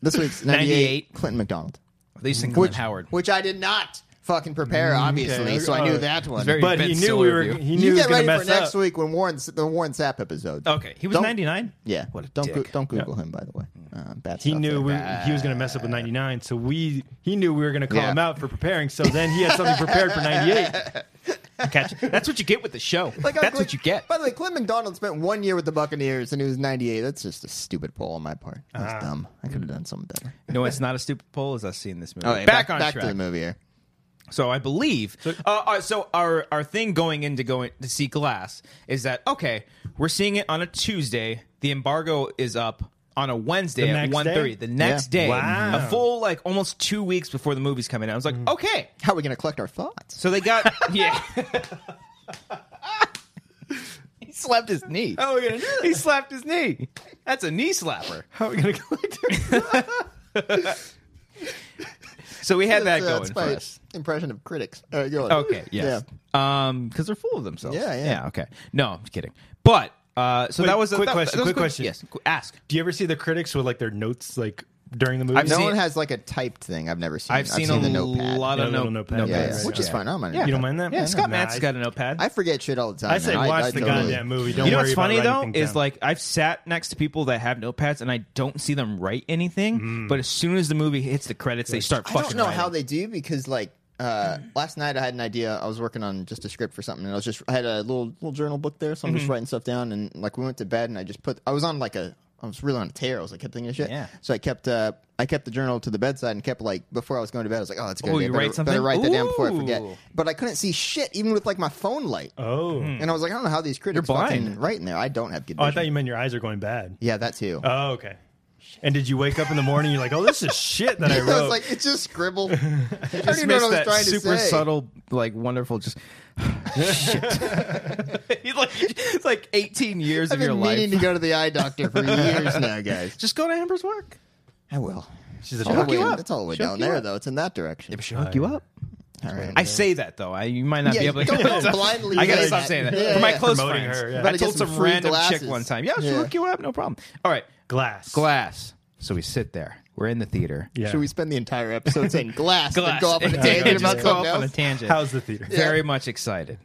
This week's 98,
98.
Clinton McDonald,
At least in
which
Clint Howard.
which I did not fucking prepare,
Mm,
obviously.
okay.
So I knew
Oh,
that one.
very-
but
Ben
he knew
Stiller
we were.
review.
He knew he
you
was
get ready
going to mess
for next
up.
week when Warren's the Warren Sapp episode.
Okay, he was
Don't-
99.
Yeah,
What a
don't
dick.
don't Google him, by the way. Uh, bad
He
stuff
knew
there.
we, he was going to mess up with ninety nine, so we he knew we were going to call
Yeah.
him out for preparing. So then he had something prepared for ninety eight.
Catch. That's what you get with the show.
Like,
That's
I-
what you get.
By the way, Clint McDonald spent one year with the Buccaneers, and he was 98. That's just a stupid poll on my part. That's
Ah.
dumb. I could have done something better.
No, it's not a stupid poll as us seeing this movie.
All right,
back, on
back
track.
to the movie here.
So I believe. So, uh, uh, so our our thing going into going to see Glass is that okay? We're seeing it on a Tuesday. The embargo is up on a Wednesday
The
at
next
one thirty.
day?
The next
Yeah.
day,
Wow.
a full like almost two weeks before the movie's coming out. I was like, okay.
How are we going to collect our thoughts?
So they got yeah. he slapped his knee. Oh, we're gonna do that. He slapped his knee. That's a knee slapper.
How are we going to collect it?
So we had that
That's, uh,
going
that's
for
my
us.
Impression of critics. Uh, go on.
Okay. Yes. Yeah. Um, because they're full of themselves.
Yeah, yeah.
Okay. No, I'm kidding. But uh, so
Wait,
that was a
quick
that-
question,
that was
quick question.
Yes. qu- Ask.
Do you ever see the critics with like their notes like during the movie?
I've
No
seen
one
it.
has like a typed thing. I've never seen.
I've, seen,
the
a
notepad.
lot
Yeah,
of
little
note,
notepad.
notepads.
yeah, yeah,
Right,
which is
yeah.
fine. I don't mind.
Yeah.
it.
You don't mind that?
Yeah, Scott
Nah,
Matt's
I-
got a notepad.
I forget shit all the time.
I say
man.
watch the
totally-
goddamn movie. Don't
you know
worry
what's funny
about
though
writing things
is
down.
like I've sat next to people that have notepads and I don't see them write anything. But as soon as the movie hits the credits, they start
I
fucking.
don't know
writing.
how they do because like uh, last night I had an idea. I was working on just a script for something, and I was just I had a little little journal book there, so I'm
Mm-hmm.
just writing stuff down. And like we went to bed, and I just put I was on like a I was really on a tear. I was like kept thinking of shit.
Yeah.
So I kept uh, I kept the journal to the bedside and kept like before I was going to bed. I was like, oh, that's a good.
Oh,
idea.
you
better,
write something?
Better write that down before I
Ooh.
forget. But I couldn't see shit even with like my phone light.
oh,
And I was like, I don't know how these critics
You're
fucking
blind.
write in there. I don't have good.
oh, I
vision.
thought you meant your eyes are going bad.
Yeah, that too.
Oh, okay. And did you wake up in the morning? You're like, oh, this is shit that I
I
wrote.
was like, it's just scribble. I don't even know what I
Miss
was
that
trying to
super
say.
subtle, like wonderful, just. shit. He's like, it's like 18 years
I've
of your
been
life.
meaning to go to the eye doctor for years now, guys.
just go to Amber's work.
I will.
She's a
All the
doctor.
way
you
in-
up.
It's all the way
She'll
down
hook you
there,
up.
though. It's in that direction.
she'll hook you up.
All right.
I say that though. I you might not be
Yeah,
able to.
don't- don't blindly
I gotta
say
stop
that.
saying that
Yeah,
for my
yeah.
close
Promoting
friends.
her, yeah.
I
Better
told
get some
some,
free
random
glasses.
chick one time. Yeah, she'll
Yeah.
hook you up. No problem. All right,
glass.
glass. So we sit there. We're in the theater.
Yeah.
Should we spend the entire episode saying glass, and
Glass.
go off on a
Yeah,
tangent
just
about
go off
something
on a
else?
tangent.
How's the theater?
Very much excited.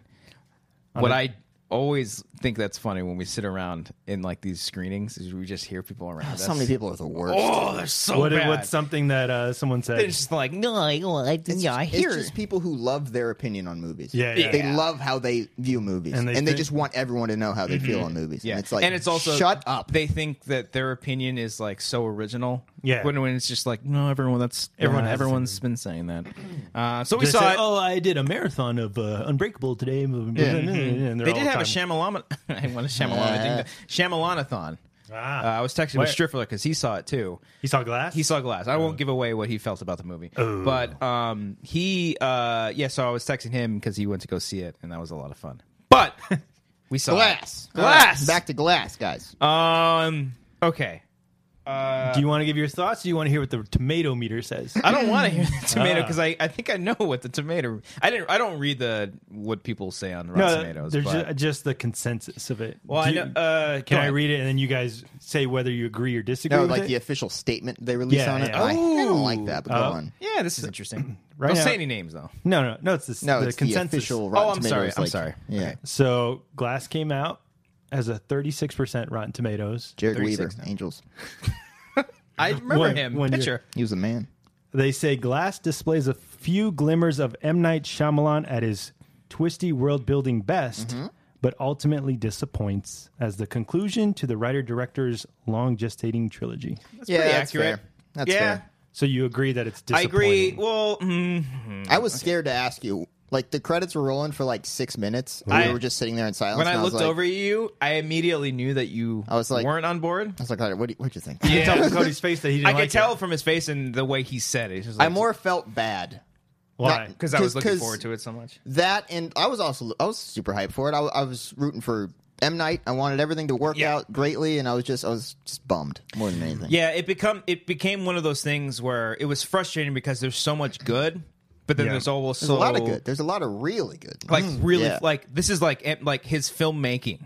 What I always think that's funny when we sit around in like these screenings is we just hear people around us.
Ah, So many people are the worst.
Oh, they're so
What,
bad.
what's something that uh, someone said?
It's just like no, I, well, I, yeah, I
It's
hear.
just people who love their opinion on movies.
Yeah, yeah.
they love how they view movies, and
And
they,
they think- Mm-hmm.
just want everyone to know how they feel on movies.
Yeah,
and it's like,
also
shut up.
They think that their opinion is like so original.
Yeah.
when, when it's just like no, everyone that's
Everyone
everyone
has
everyone's been saying that. Uh, so we
They
saw
say,
it.
oh, I did a marathon of uh, Unbreakable today. And
mm-hmm. they did have a Shyamalama. I want a Shyamalama. Shyamalanathon.
Ah.
Uh, I was texting
Where- Oh.
with Striffler because he saw it too.
He saw glass.
He saw Glass. I won't give away what he felt about the movie,
Oh.
but um, he, uh, yeah. So I was texting him because he went to go see it, and that was a lot of fun. But we saw it.
glass, Uh,
glass.
All right, back to glass, guys.
Um. Okay.
Do you want to give your thoughts? Or do you want to hear what the tomato meter says?
I don't want to hear the tomato
Ah.
because I, I think I know what the tomato. I didn't. I don't read the what people say on Rotten Tomatoes.
there's
but-
ju- just the consensus of it.
well, I
Do
know.
you-
Uh,
can
go
I
on.
read it and then you guys say whether you agree or disagree?
no,
with
like
it?
the official statement they release
Yeah,
on it.
yeah.
I, I don't like
Ooh.
that. But
Uh,
go on.
Yeah, this is interesting.
Right
don't
now-
say any names though.
No, no, no. It's the,
No,
the
it's
consensus.
the official.
Oh,
Rotten
I'm sorry,
Tomatoes,
I'm
like-
sorry.
Yeah,
Okay.
So Glass came out as a 36% Rotten Tomatoes.
Jared Weaver,
36 now.
Angels.
I remember
When-
him.
when you-
Picture.
He was a man.
They say Glass displays a few glimmers of M. Night Shyamalan at his twisty world building best,
Mm-hmm.
but ultimately disappoints as the conclusion to the writer director's long gestating trilogy.
yeah,
pretty
that's
accurate.
fair. That's
Yeah.
fair.
So you agree that it's
I
disappointing?
agree. Well, mm,
I was scared to ask you. Like the credits were rolling for like six minutes, and
I-
we were just sitting there in silence.
when
and
I
was
looked
like-
over at you, I immediately knew that you
I was like-
weren't on board.
I was like, "All right, "What do you, what'd you think?"
You can tell from Cody's face that he didn't
I could
like
tell
it.
from his face and the way he said it. It's just
I
like-
more felt bad
Why?
because I was
'cause-
looking
'cause
forward to it so much.
that, and I was also I was super hyped for it. I, I was rooting for M Night. I wanted everything to work out greatly, and I was just I was just bummed more than anything.
Yeah, it become it became one of those things where it was frustrating because there's so much good, but then
Yeah.
there's almost
there's
so
a lot of good. There's a lot of really good. Mm-hmm.
like really
Mm, Yeah. Mm.
like this is like eh, like his filmmaking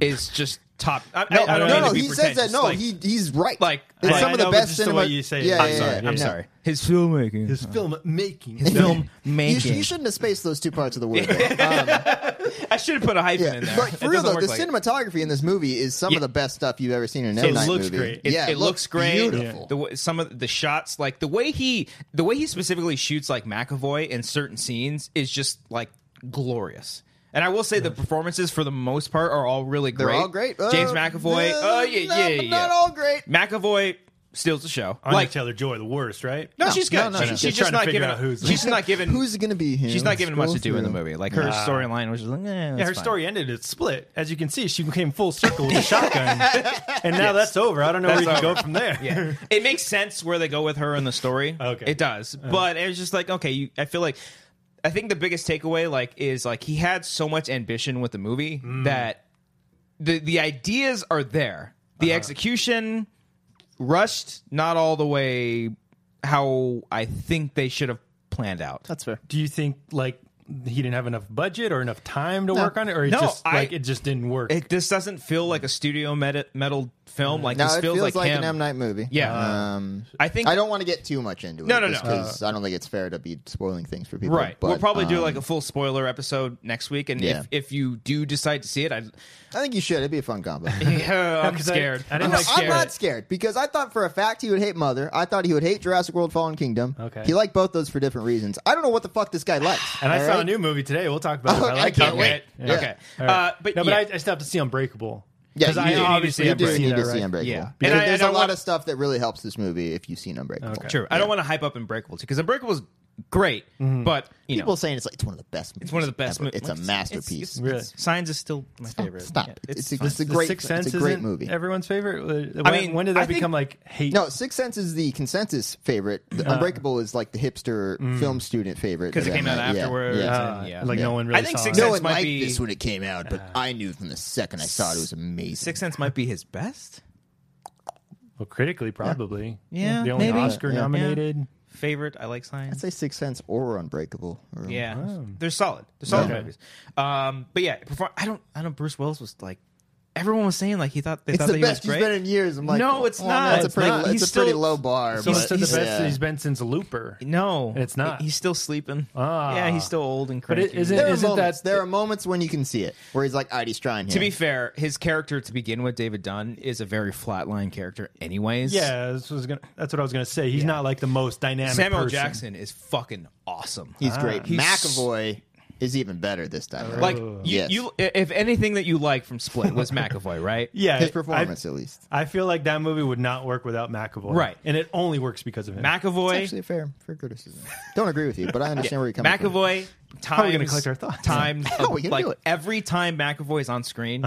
is just top. I,
no,
I, I don't
no,
mean
no
to be
he says that.
pretentious,
No,
like-
he he's right.
like-
it's
Right,
some
I
of the
know, but
best
just the
cinema.
way you say it.
yeah,
I'm
yeah,
sorry,
yeah,
I'm
no.
sorry, his filmmaking,
His film making.
Uh-huh. his film
You,
making.
sh- you shouldn't have spaced those two parts of the word. though. Um,
I should have put a hyphen
yeah,
in there.
but
It
for real
doesn't
though,
work
the
like it.
cinematography in this movie is some
Yeah.
of the best stuff you've ever seen in an
It
M Night
looks
movie.
great.
It,
yeah,
it looks great.
Beautiful.
The way, some of the shots, like the way he, the way he specifically shoots like McAvoy in certain scenes, is just like glorious. And I will say the performances, for the most part, are all really great.
They're all great. Uh,
James McAvoy.
uh,
Oh yeah,
no,
yeah, yeah.
but Not all great.
McAvoy steals the show.
Anya
like
Taylor Joy, the worst, right?
no, she's good.
no, no,
She-
no.
she's
Just
just
trying to
not
figure
giving.
out who's-
she's not giving.
Who's gonna be him?
She's not given much
Scroll
to do in the
through.
movie. Like her storyline was just like, eh,
Yeah, her story ended. It's split. As you can see, she became full circle with a shotgun, and now that's over. I don't know where you
That's
can go from there.
Yeah. it makes sense where they go with her in the story.
Okay. Uh-huh.
It does. But it was just like, okay, you, I feel like I think the biggest takeaway like is like he had so much ambition with the movie
Mm.
that the the ideas are there. The
Uh-huh.
execution rushed, not all the way how I think they should have planned out.
That's fair.
Do you think like he didn't have enough budget or enough time to work on it, or it
No,
just
I-
like it just didn't work?
It this doesn't feel like a studio med- metal film. Like
Mm. No,
this
it
feels,
feels like,
him.
an M Night movie.
Yeah. Uh,
Um,
I think
I don't want to get too much into it.
No, no, no.
Because I don't think it's fair to be spoiling things for people.
Right.
But,
we'll probably do
um,
like a full spoiler episode next week, and
Yeah.
if, if you do decide to see it, I
I think you should. It'd be a fun combo.
I'm
'Cause I-
scared.
I didn't
I'm
like
I'm
scared.
not scared because I thought for a fact he would hate Mother. I thought he would hate Jurassic World Fallen Kingdom.
Okay.
He liked both those for different reasons. I don't know what the fuck this guy likes.
and I
all
saw a
right?
new movie today. We'll talk about it. I
I
like
can't
that.
wait.
Okay.
Yeah.
Okay.
All right.
Uh, but
no,
yeah.
but I, I still have to see Unbreakable.
Yeah,
because
you
I
do.
obviously
You
have
do
to see
need
that,
to see
right?
Unbreakable.
Yeah. And
Because
I-
there's
and I
a lot
wanna-
of stuff that really helps this movie if you've seen Unbreakable.
Okay.
True. I don't want to hype up Unbreakable too because Unbreakable is great,
Mm-hmm.
but you
People
know,
saying it's like it's one of the best. Movies
it's one of the best.
ever.
mo-
It's
like,
a masterpiece.
it's-
Really?
Signs is still my favorite.
Stop.
Yeah,
It's,
it's
it's,
fine.
a great.
Sixth Sense
it's a great
isn't
movie.
Everyone's favorite. When,
I mean,
when did that
I think-
become like hate?
No, Sixth Sense is the consensus favorite. The Unbreakable is like the hipster film student favorite
Uh, mm. 'Cause it
that I
came out
met. Yeah,
afterwards
Yeah.
and-
Uh,
Yeah.
like
Yeah.
no one really.
I think
saw
Sixth
it.
no one
Sense might
liked
be- Uh,
this when it came out, but I knew from the second I saw it, it was amazing.
Sixth Sense might be his best
Well, critically, probably.
Yeah,
the only
maybe.
Oscar
Yeah.
nominated.
favorite. I like Signs.
I'd say Sixth Sense or Unbreakable. Or-
Yeah, they're solid. They're solid
Oh, Okay.
movies. Um, but yeah, perform- I don't. I know Bruce Willis was like. Everyone was saying like he thought they
It's
thought
the
that he
best
was
he's
great.
been in years. I'm like,
No, it's
well,
not.
That's a
It's
pretty,
not.
it's
He's
a pretty
still-
low bar.
Someone
but-
said the best
Yeah.
that he's been since Looper.
No,
And it's not.
He's still sleeping.
Ah.
yeah, he's still old and
But
cranky.
it isn't.
There are
isn't
moments.
that
there are moments when you can see it, where he's like, "Alright, he's trying." Here.
To be fair, his character to begin with, David Dunn, is a very flatline character, anyways.
Yeah, this was gonna, that's what I was gonna say. He's not like the most dynamic.
Samuel
person.
Jackson is fucking awesome.
he's great.
ah, He's-
McAvoy is even better this time. around.
like you,
Yes.
you. If anything that you like from Split was McAvoy, right?
Yeah,
his
I-
performance at least.
I, I feel like that movie would not work without McAvoy.
Right.
and it only works because of him.
McAvoy.
It's actually fair, fair criticism. Don't agree with you, but I understand where you're coming from.
McAvoy times
are we gonna collect our thoughts?
times
How are we
of,
gonna
like
do it? Uh-huh.
every time McAvoy is on screen,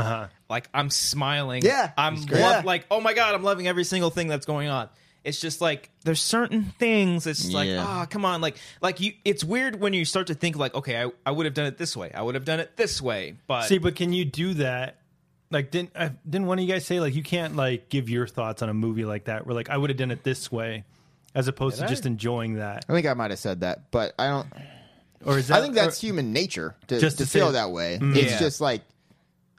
like I'm smiling.
Yeah.
I'm
He's
love,
great. Yeah.
like oh my god, I'm loving every single thing that's going on. It's just like there's certain things. It's just like
Yeah.
ah, come on, like like you. It's weird when you start to think like okay, I, I would have done it this way, I would have done it this way, but
See, but can you do that? Like, didn't I, didn't one of you guys say like you can't like give your thoughts on a movie like that? Where like I would have done it this way, as opposed to just enjoying that.
I think I might have said that, but I don't.
Or is that?
I think that's
or-
human nature to,
Just
to,
to say
feel
it-
that way. It's
Mm. Yeah.
just like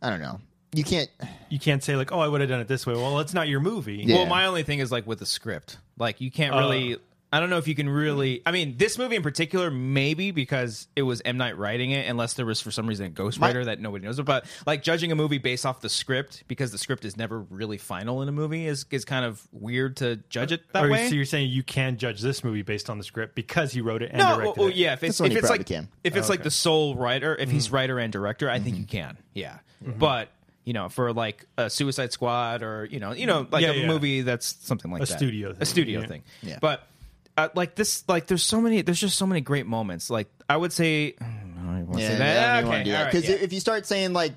I don't know. You can't.
you can't say like, oh, I would have done it this way. Well, it's not your movie.
Yeah.
Well, my only thing is like with the script. Like you can't really. I don't know if you can really. I mean, this movie in particular, maybe because it was M Night writing it, unless there was for some reason a ghostwriter that nobody knows about. Like judging a movie based off the script because the script is never really final in a movie is is kind of weird to judge it that
Or,
way.
so you're saying you can judge this movie based on the script because he wrote it and
no, well,
directed
well,
it. Oh,
yeah. If it's,
This one
if
you
it's
probably
like
can. Mm-hmm.
if it's like the sole writer, if he's writer and director, I think you can. Yeah,
Mm-hmm.
but you know, for like a Suicide Squad or you know, you know, like
Yeah,
a
yeah.
movie that's something like
A
that.
studio thing,
a studio
yeah.
thing.
Yeah.
But uh, like this, like there's so many, there's just so many great moments. Like I would say, I don't really wanna say
Yeah,
that.
I
Ah,
don't even
Okay,
wanna do
all
that.
right,
Because
yeah.
if you start saying like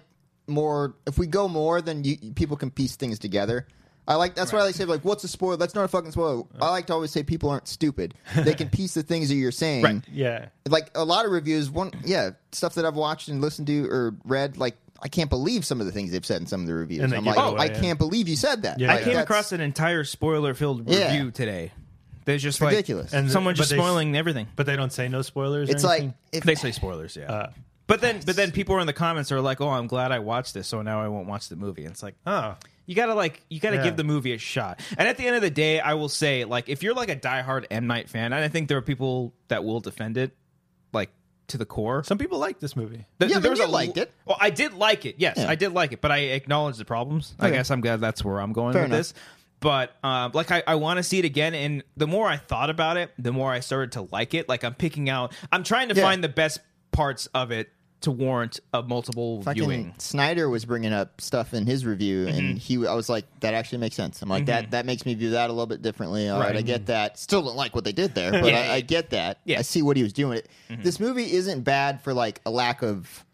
more, if we go more, then you, people can piece things together. I like that's why I like to say like, what's a spoiler? That's not a fucking spoiler. I like to always say people aren't stupid. They can piece the things that you're saying.
Right.
yeah.
Like a lot of reviews, one yeah, stuff that I've watched and listened to or read, like I can't believe some of the things they've said in some of the reviews.
And they
I'm
give
like, "Oh,
it away,
I
yeah.
can't believe you said that.
Yeah.
I
Like,
came
that's
across an entire spoiler-filled review
Yeah.
today. There's just like
ridiculous.
And-
someone
but
just
they-
spoiling everything.
But they don't say no spoilers. or
it's like
anything?
if,
They say spoilers, yeah. but then, but then people in the comments are like, "Oh, I'm glad I watched this, so now I won't watch the movie." And it's like,
oh,
You gotta like you gotta
Yeah.
give the movie a shot. And at the end of the day, I will say, like, if you're like a diehard M Night fan, and I think there are people that will defend it, like to the core.
some people like this movie.
Th-
Yeah,
there
but
was
you
a-
liked it.
Well, I did like it. Yes,
Yeah.
I did like it, but I acknowledge the problems. I guess I'm glad that's where I'm going
Fair
with
enough.
this. But um, like, I, I want to see it again. And the more I thought about it, the more I started to like it. Like, I'm picking out. I'm trying to
Yeah.
find the best parts of it to warrant a multiple
fucking
viewing.
Snyder was bringing up stuff in his review,
Mm-hmm.
and he, I was like, that actually makes sense. I'm like, that that makes me view that a little bit differently. All right, I get that. Still don't like what they did there, but
Yeah,
I,
yeah,
I get that.
yeah. Mm-hmm.
I see what he was doing. This movie isn't bad for like a lack of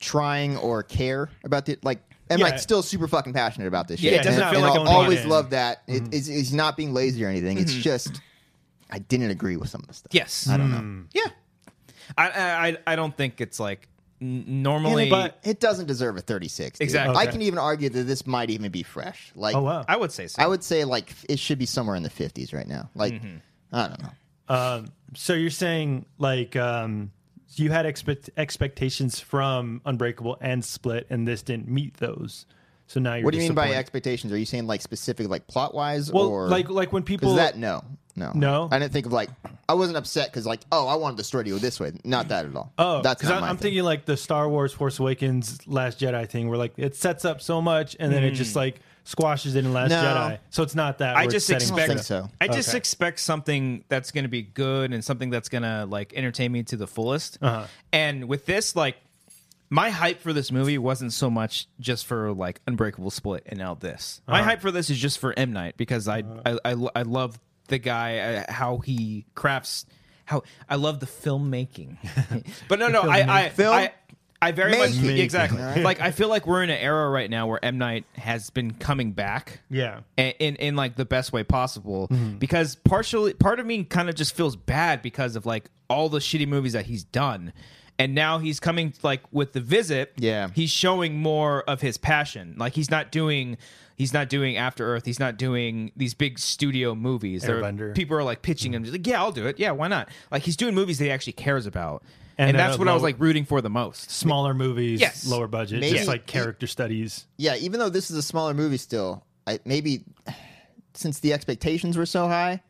trying or care about the like. And
Yeah.
like still super fucking passionate about this shit.
it doesn't
and,
feel
and
like Mm-hmm.
I'll
own
always
product.
love that. It, it's, it's not being lazy or anything. It's
Mm-hmm.
just I didn't agree with some of the stuff.
Yes,
I don't know.
Yeah, I I I- I don't think it's like n- normally.
But it doesn't deserve a 36. dude.
Exactly.
I
Okay.
can even argue that this might even be fresh. Like
Oh wow.
I would say so.
I would say like f- it should be somewhere in the 50s right now. Like
Mm-hmm.
I don't know.
Um, so you're saying like um, you had expect- expectations from Unbreakable and Split, and this didn't meet those. So now you're
What do you mean by
disappointed.
expectations? Are you saying like specific like plot wise
Well,
or
like like when
Is
people
that no. No.
No?
I didn't think of like I wasn't upset cuz like oh, I wanted the story to go this way. Not that at all.
Oh,
that's
'cause
not
I-
my
I'm
thing.
thinking like the Star Wars Force Awakens Last Jedi thing, where like it sets up so much and then it just like squashes it in Last
No.
Jedi. So it's not that.
Hmm. I
where it's
just
setting
expect.
I don't think so.
I just
Okay.
expect something that's going to be good and something that's going to like entertain me to the fullest.
Uh-huh.
And with this, like, my hype for this movie wasn't so much just for like Unbreakable Split and now this.
Uh-huh.
My hype for this is just for M Night because I I, I, I love the guy uh, how he crafts how I love the filmmaking. but no, no, I I,
Film
I I very much
making.
exactly like I feel like we're in an era right now where M Night has been coming back
Yeah. Mm-hmm.
a- in in like the best way possible because partially part of me kind of just feels bad because of like all the shitty movies that he's done and now he's coming like with the visit
Yeah.
he's showing more of his passion like he's not doing he's not doing after earth he's not doing these big studio movies There-
Airbender.
people are like pitching him just like yeah i'll do it yeah why not like he's doing movies that he actually cares about and,
And,
that's
uh,
what i was
low-
like rooting for the most
smaller movies,
Yes.
lower budget,
Maybe-
just like character studies.
yeah, even though this is a smaller movie still, I maybe since the expectations were so high,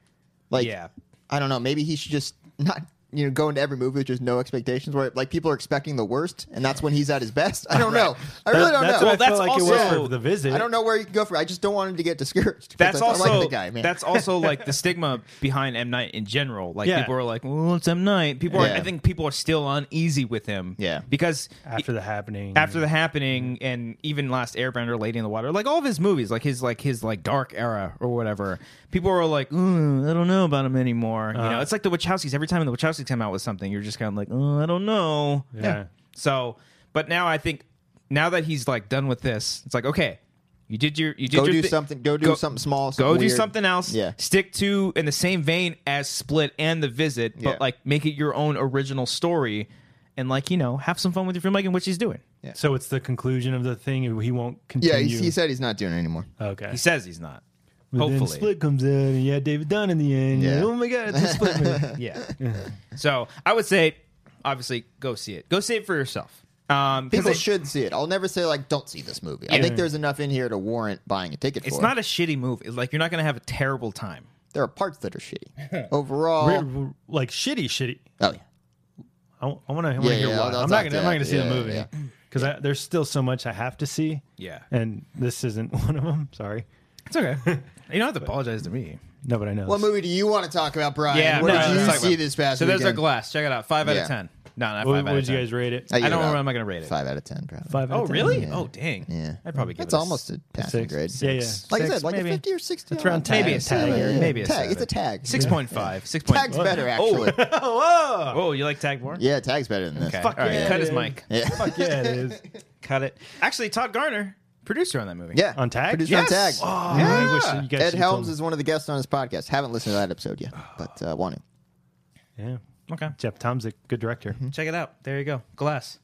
like
Yeah.
I don't know, maybe he should just not you know go into every movie with just no expectations where like people are expecting the worst and that's when he's at his best. I don't know. I really
That-
don't
that's
know.
what
Well,
I feel
that's
like it
also-
was for the visit.
I don't know where you can go for. it. I just don't want him to get discouraged. 'cause
that's
I, I
also
like the guy, man.
that's also like the stigma behind M Night in general. Like
Yeah.
people are like, "Well, it's M Night." People, are,
Yeah.
I think people are still uneasy with him.
Yeah.
because after,
after the happening.
the happening, and even Last Airbender, Lady in the Water, like all of his movies, like his like his like dark era or whatever. People are like, "Ooh, I don't know about him anymore." you know,
Uh-huh.
it's like the Wachowskis. Every time the Wachowskis come out with something, you're just kind of like, "Oh, I don't know."
yeah.
So, but now I think now that he's like done with this, it's like okay, you did your you did
go
your
do
thi-
something. Go do something small.
go
something
do
weird.
something else.
Yeah.
Stick to in the same vein as Split and The Visit, but
Yeah.
like make it your own original story, and like you know have some fun with your filmmaking, which he's doing.
So it's the conclusion of the thing, and he won't
Yeah,
continue.
he, he said he's not doing it anymore.
okay.
He says he's not.
But then
hopefully,
Split comes out, and you had David Dunn in the end.
Yeah.
Oh my god, it's a Split movie.
yeah. so I would say, obviously, go see it. Go see it for yourself. Um, 'cause
People
it-
should see it. I'll never say like don't see this movie. I think there's enough in here to warrant buying a ticket.
It's
for
not
It.
a shitty movie. Like you're not gonna have a terrible time.
There are parts that are shitty. Overall,
We're- like shitty, shitty.
oh yeah.
I want to. I want to
Yeah,
hear
yeah,
why.
I'll- I'll
I'm
talk
not going.
to
I'm not
that.
going to see
Yeah,
the movie
yeah.
because there's still so much I have to see.
Yeah.
and this isn't one of them. Sorry.
It's okay. you don't have to apologize to me.
No, but I know.
What movie do you want to talk about, Brian?
Yeah,
what
no,
did
let's
you
talk about
see
it.
this past
So there's our
weekend?
glass. Check it out. Five out
Yeah.
of ten. No, not five
What,
out
what
of
would you
ten.
guys rate it?
give
I don't
it
know.
out.
I'm not gonna rate it.
Five out of ten, probably.
Five. Out
Oh
of 10?
really?
Yeah.
Oh dang.
Yeah,
I'd probably give
That's
it a
almost a passing
six.
grade.
Yeah, yeah.
six,
Like I
six,
said, like
maybe.
a fifty or sixty.
It's around
I like
maybe a
it.
tag
Yeah,
or
yeah,
maybe a
tag. It's a
seven.
tag.
Six point five. Six point.
Tag's better
Oh.
actually.
Oh, Whoa, you like tag more?
Yeah, tag's better than this.
Okay. All right,
yeah, it
cut his
is.
mic.
Yeah.
Fuck yeah, it is.
Cut it. Actually, Todd Garner, producer on that movie.
Yeah.
On tag?
Produced
Yes.
on tag.
Oh, I wish that you guys
Ed
should've
Helms
told
is one of the guests on his podcast. Haven't listened to that episode yet,
Oh.
but uh, want to.
me. Yeah.
Okay.
Jeff Tom's a good director.
Mm-hmm.
Check it out. There you go. Glass.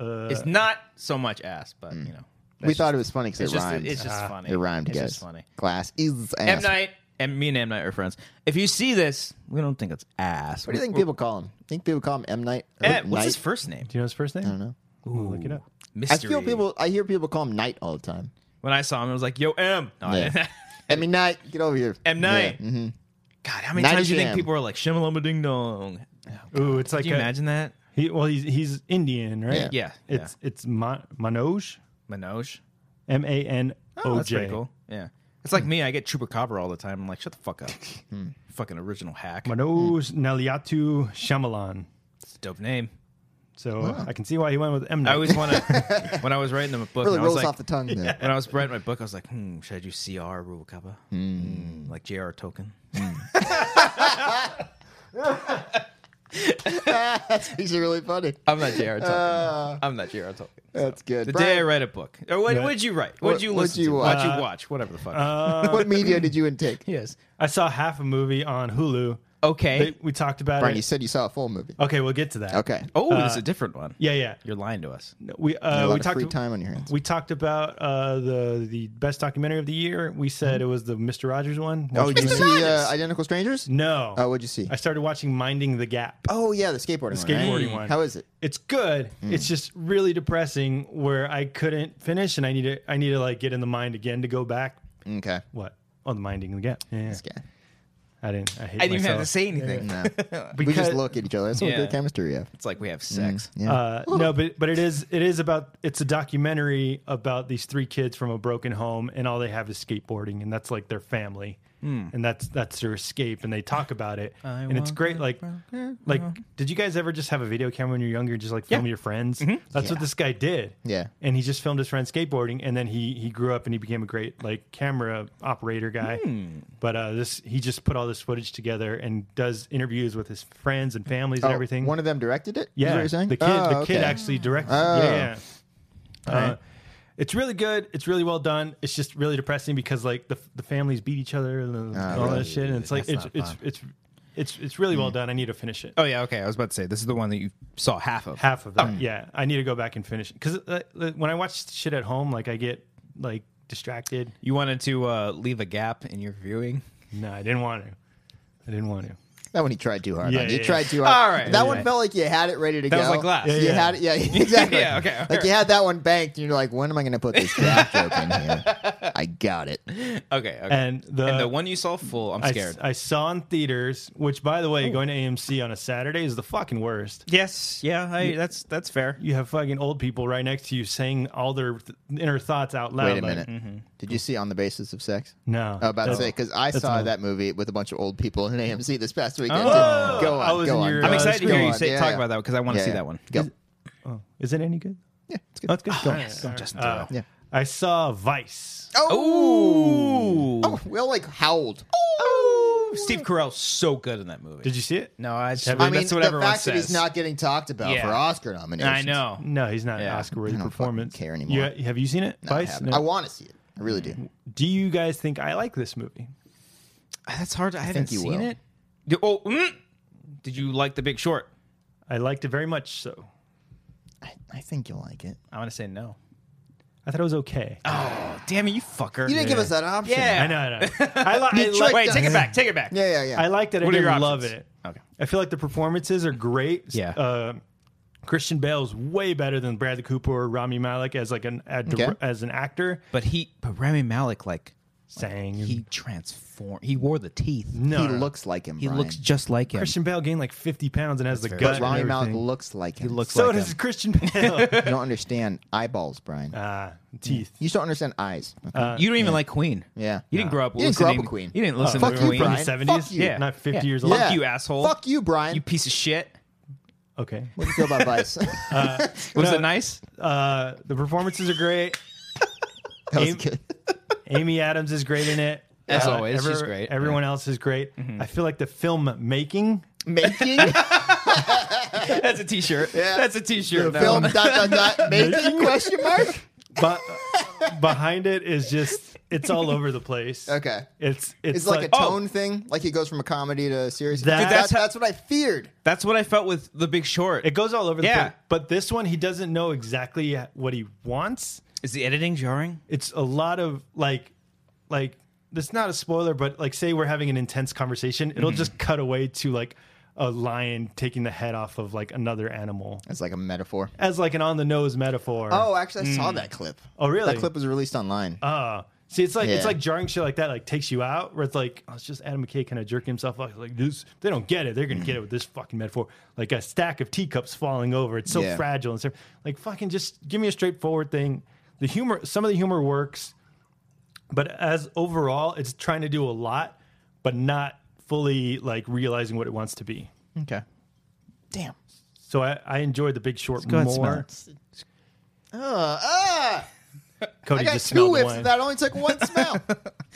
Uh,
It's not so much ass, but you know.
Mm. we thought it was funny because
It's
it
just
rhymed.
it's just funny.
it rhymed,
It's
guys.
just funny.
Glass is
M
ass. What
Night and me and M Night are friends. If you see this, we don't think it's ass.
do you think people call him? Think people call him M Night? or
Eh, what's his
Knight?
first name?
do you know his first name? I don't
know.
look it up.
I
Mystery.
feel people. I hear people call him Knight all the time.
When I saw him, I was like, "Yo, M." No, I
Yeah.
didn't.
I mean, Knight, get over here.
M Night.
Yeah. Mhm.
God, how many
Night
times do you
Jam.
think people are like "Shimalamba Ding Dong"?
Ooh, it's like
Can you
a-
imagine that?
He well, he's he's Indian, right?
Yeah,
It's it's Ma- Manoj,
Manoj.
M A N
Oh,
O
that's
J.
pretty cool. Yeah. It's like me. I get Chupacabra all the time. I'm like, shut the fuck up. Hmm. Fucking original hack.
Manoj Naliatu Shyamalan.
It's a dope name.
So I can see why he went with M.
I always want to. when I was writing the book,
Really
and I was
rolls
like,
off the tongue. there.
when I was writing my book, I was like, hmm, should I do CR Rubacaba? Hmm, like JR Token?
These are really funny.
I'm not JR Token. I'm not JR Token.
That's good.
The day
uh,
I
Brian,
write a book. Or what
Right.
what did you write? What did you
what'd
listen
you
to?
watch?
What did you watch? Whatever the fuck.
what media did you intake?
yes.
I saw half a movie on Hulu.
Okay.
They- we talked about
Brian,
it.
you said you saw a full movie.
okay, we'll get to that.
Okay.
oh, it's a different one.
Yeah, yeah.
You're lying to us.
No, We
You had a
uh,
lot
we
of
talked
free
ab-
time on your hands.
We talked about uh, the the best documentary of the year. We said it was the Mister Rogers one.
Mm-hmm. oh,
Which
did you
was-
see uh, Identical Strangers?
no.
Oh, what'd you see?
I started watching Minding the Gap.
Oh yeah, the skateboarding.
The
one, right?
skateboarding one.
How is it?
It's good.
Hmm.
It's just really depressing where I couldn't finish, and I need to I need to like get in the mind again to go back.
Okay.
What? Oh, the Minding the Gap. Yeah, yeah.
Okay.
I didn't. I hate.
I didn't even have
myself.
to say anything.
No. uh, we
Because-
just look at each other. That's what
Yeah.
good chemistry we have.
It's like we have sex.
Yeah.
Uh, no, but but it is it is about it's a documentary about these three kids from a broken home, and all they have is skateboarding, and that's like their family, and that's that's their escape, and they talk about it, and it's great. Like like, did you guys ever just have a video camera when you're younger, just like film your friends? That's what this guy did.
Yeah.
and he just filmed his friend skateboarding, and then he he grew up and he became a great like camera operator guy. But uh, this he just put all this footage together and does interviews with his friends and families and
Oh,
everything.
One of them directed it. Is
Yeah,
what you're saying?
the kid,
Oh,
the kid
okay.
actually directed.
Oh.
it. Yeah, yeah. Uh, it's really good. It's really well done. It's just really depressing because like the the families beat each other and
Ah,
the- all that shit, and it's like it's
That's
it's, it's it's it's it's really
Mm.
well done. I need to finish it.
Oh yeah, okay. I was about to say this is the one that you saw half of.
Half of that,
Mm.
yeah. I need to go back and finish because uh, uh, when I watch shit at home, like I get like distracted.
You wanted to uh, leave a gap in your viewing.
No, I didn't want to. I didn't want to.
That one he tried too hard.
Yeah,
on. You
yeah,
tried too hard.
All right.
That
Yeah.
one felt like you had it ready to
That
go.
was like glass. Yeah,
you
yeah.
had it. Yeah, exactly.
Yeah, okay, all
Like you had that one banked, and you're like, when am I going to put this draft joke in here? I got it.
Okay, okay.
And the-
and uh, the one you saw full, I'm
I,
scared.
I saw in theaters, which by the way,
Oh.
going to AMC on a Saturday is the fucking worst.
yes, yeah. I, that's that's fair.
you have fucking old people right next to you saying all their th- inner thoughts out loud.
Wait a
like, Mm-hmm.
minute. Did you see on the basis of sex? I
No.
was about to
That's-
say because I
that's
saw
another-
that movie with a bunch of old people in AMC this past weekend.
Oh.
Go on,
I was
go
in
on.
your,
go
I'm
Uh,
on,
excited to
go
hear you
on.
say
Yeah,
talk
yeah.
about that because I want to
Yeah,
see
yeah.
that one. Oh,
Go.
Oh, is it any good?
Yeah, it's good.
That's good. All right,
yes.
all right.
Justin
Uh,
Theroux.
Yeah.
I saw Vice.
Oh. Ooh.
Oh, we all like howled.
Oh, Steve Carell's so good in that movie.
Did you see it?
No, I just,
I mean,
I
that's
mean,
what
the
everyone
fact
says.
that he's not getting talked about
Yeah.
for Oscar nominations.
I know.
No, he's not
Yeah.
an Oscar-worthy
don't fucking
performance.
care anymore.
You- have you seen it,
I
Vice?
haven't. I want to see it. I really
Mm.
do.
Do you guys think I like this movie?
That's hard. I, haven't
you
seen
will.
it. Did- Oh, mm. did you like The Big Short?
I liked it very much. So
I, I think you'll like it.
I want to say no.
I thought it was okay.
Oh, damn it, you fucker.
You didn't give us that option.
Yeah.
I know, I know. I, li- I,
Detroit
li-
Wait,
does-
take it back. Take it back.
Yeah, yeah, yeah.
I liked it. I
What are your
didn't love
options?
it.
Okay.
I feel like the performances are great.
Yeah.
Uh, Christian Bale's way better than Bradley Cooper or Rami Malek as like an ad-
Okay.
as an actor.
But he, but Rami Malik, like
Sang. and-
he transformed. He wore the teeth.
no,
he
no.
looks like him.
He
Brian.
looks just like him.
Christian Bale gained like 50 pounds and has the gut.
But
and
Ronnie Malik
everything.
looks like him. He
looks
So
like
does
him.
Christian Bale.
You don't understand eyeballs, Brian.
Uh,
Ah, teeth.
you just don't understand eyes. Okay.
you don't even like Queen.
Yeah.
You didn't grow up.
You didn't grow up
listening-
with Queen.
You didn't listen
Fuck
to
you,
Queen.
From
Brian.
the 70s?
Fuck you.
Yeah. Not 50
Yeah.
years
Yeah.
old.
Fuck you, asshole.
Fuck you, Brian.
You piece of shit.
Okay.
what do you feel about Vice?
Was
No.
it nice?
Uh, the performances are great.
that was
Aim-
good.
Amy Adams is great in it. Uh,
As always, she's great.
Everyone else is great.
Mm-hmm.
I feel like the film making
Making
That's a T-shirt. That's a T-shirt. No.
film dot dot dot making question mark.
but behind it is just it's all over the place.
Okay.
It's it's,
It's like, a
oh.
tone thing. Like he goes from a comedy to a serious.
That-
That-
That's
that's,
how-
what I feared.
That's what I felt with The Big Short.
it goes all over the
Yeah.
place. But this one he doesn't know exactly what he wants.
Is the editing jarring?
It's a lot of like like it's not a spoiler, but like say we're having an intense conversation, it'll just cut away to like a lion taking the head off of like another animal
It's like a metaphor.
as like an on the nose metaphor.
Oh, actually, I saw that clip.
Oh, really?
That clip was released online.
Uh, see, it's like it's
Yeah.
like jarring shit like that, like takes you out. Where it's like, oh, it's just Adam McKay kind of jerking himself off. Like this, they don't get it. They're gonna get it with this fucking metaphor, like a stack of teacups falling over. It's so
Yeah.
fragile and stuff. Like fucking, just give me a straightforward thing. The humor, some of the humor works, but as overall, it's trying to do a lot, but not fully like realizing what it wants to be.
okay. Damn.
So I, I enjoyed The Big Short
go ahead and smell
more.
Uh, ah,
Cody
I got
just
two
smelled the
whiffs.
wine,
and That only took one smell.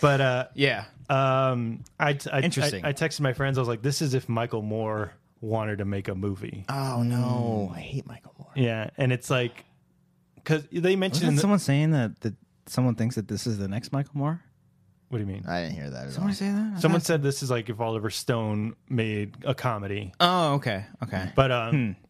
but uh,
Yeah.
Um, I, t- I,
Interesting.
I, I texted my friends. I was like, "This is if Michael Moore wanted to make a movie."
Ah.
oh no, I hate Michael Moore.
yeah, and it's like because they mentioned. in the-
someone saying that, that someone thinks that this is the next Michael Moore?
what do you mean?
I didn't hear that at all.
Someone say that?
Someone said this is like if Oliver Stone made a comedy,
Oh, okay. Okay.
but um,
Hmm.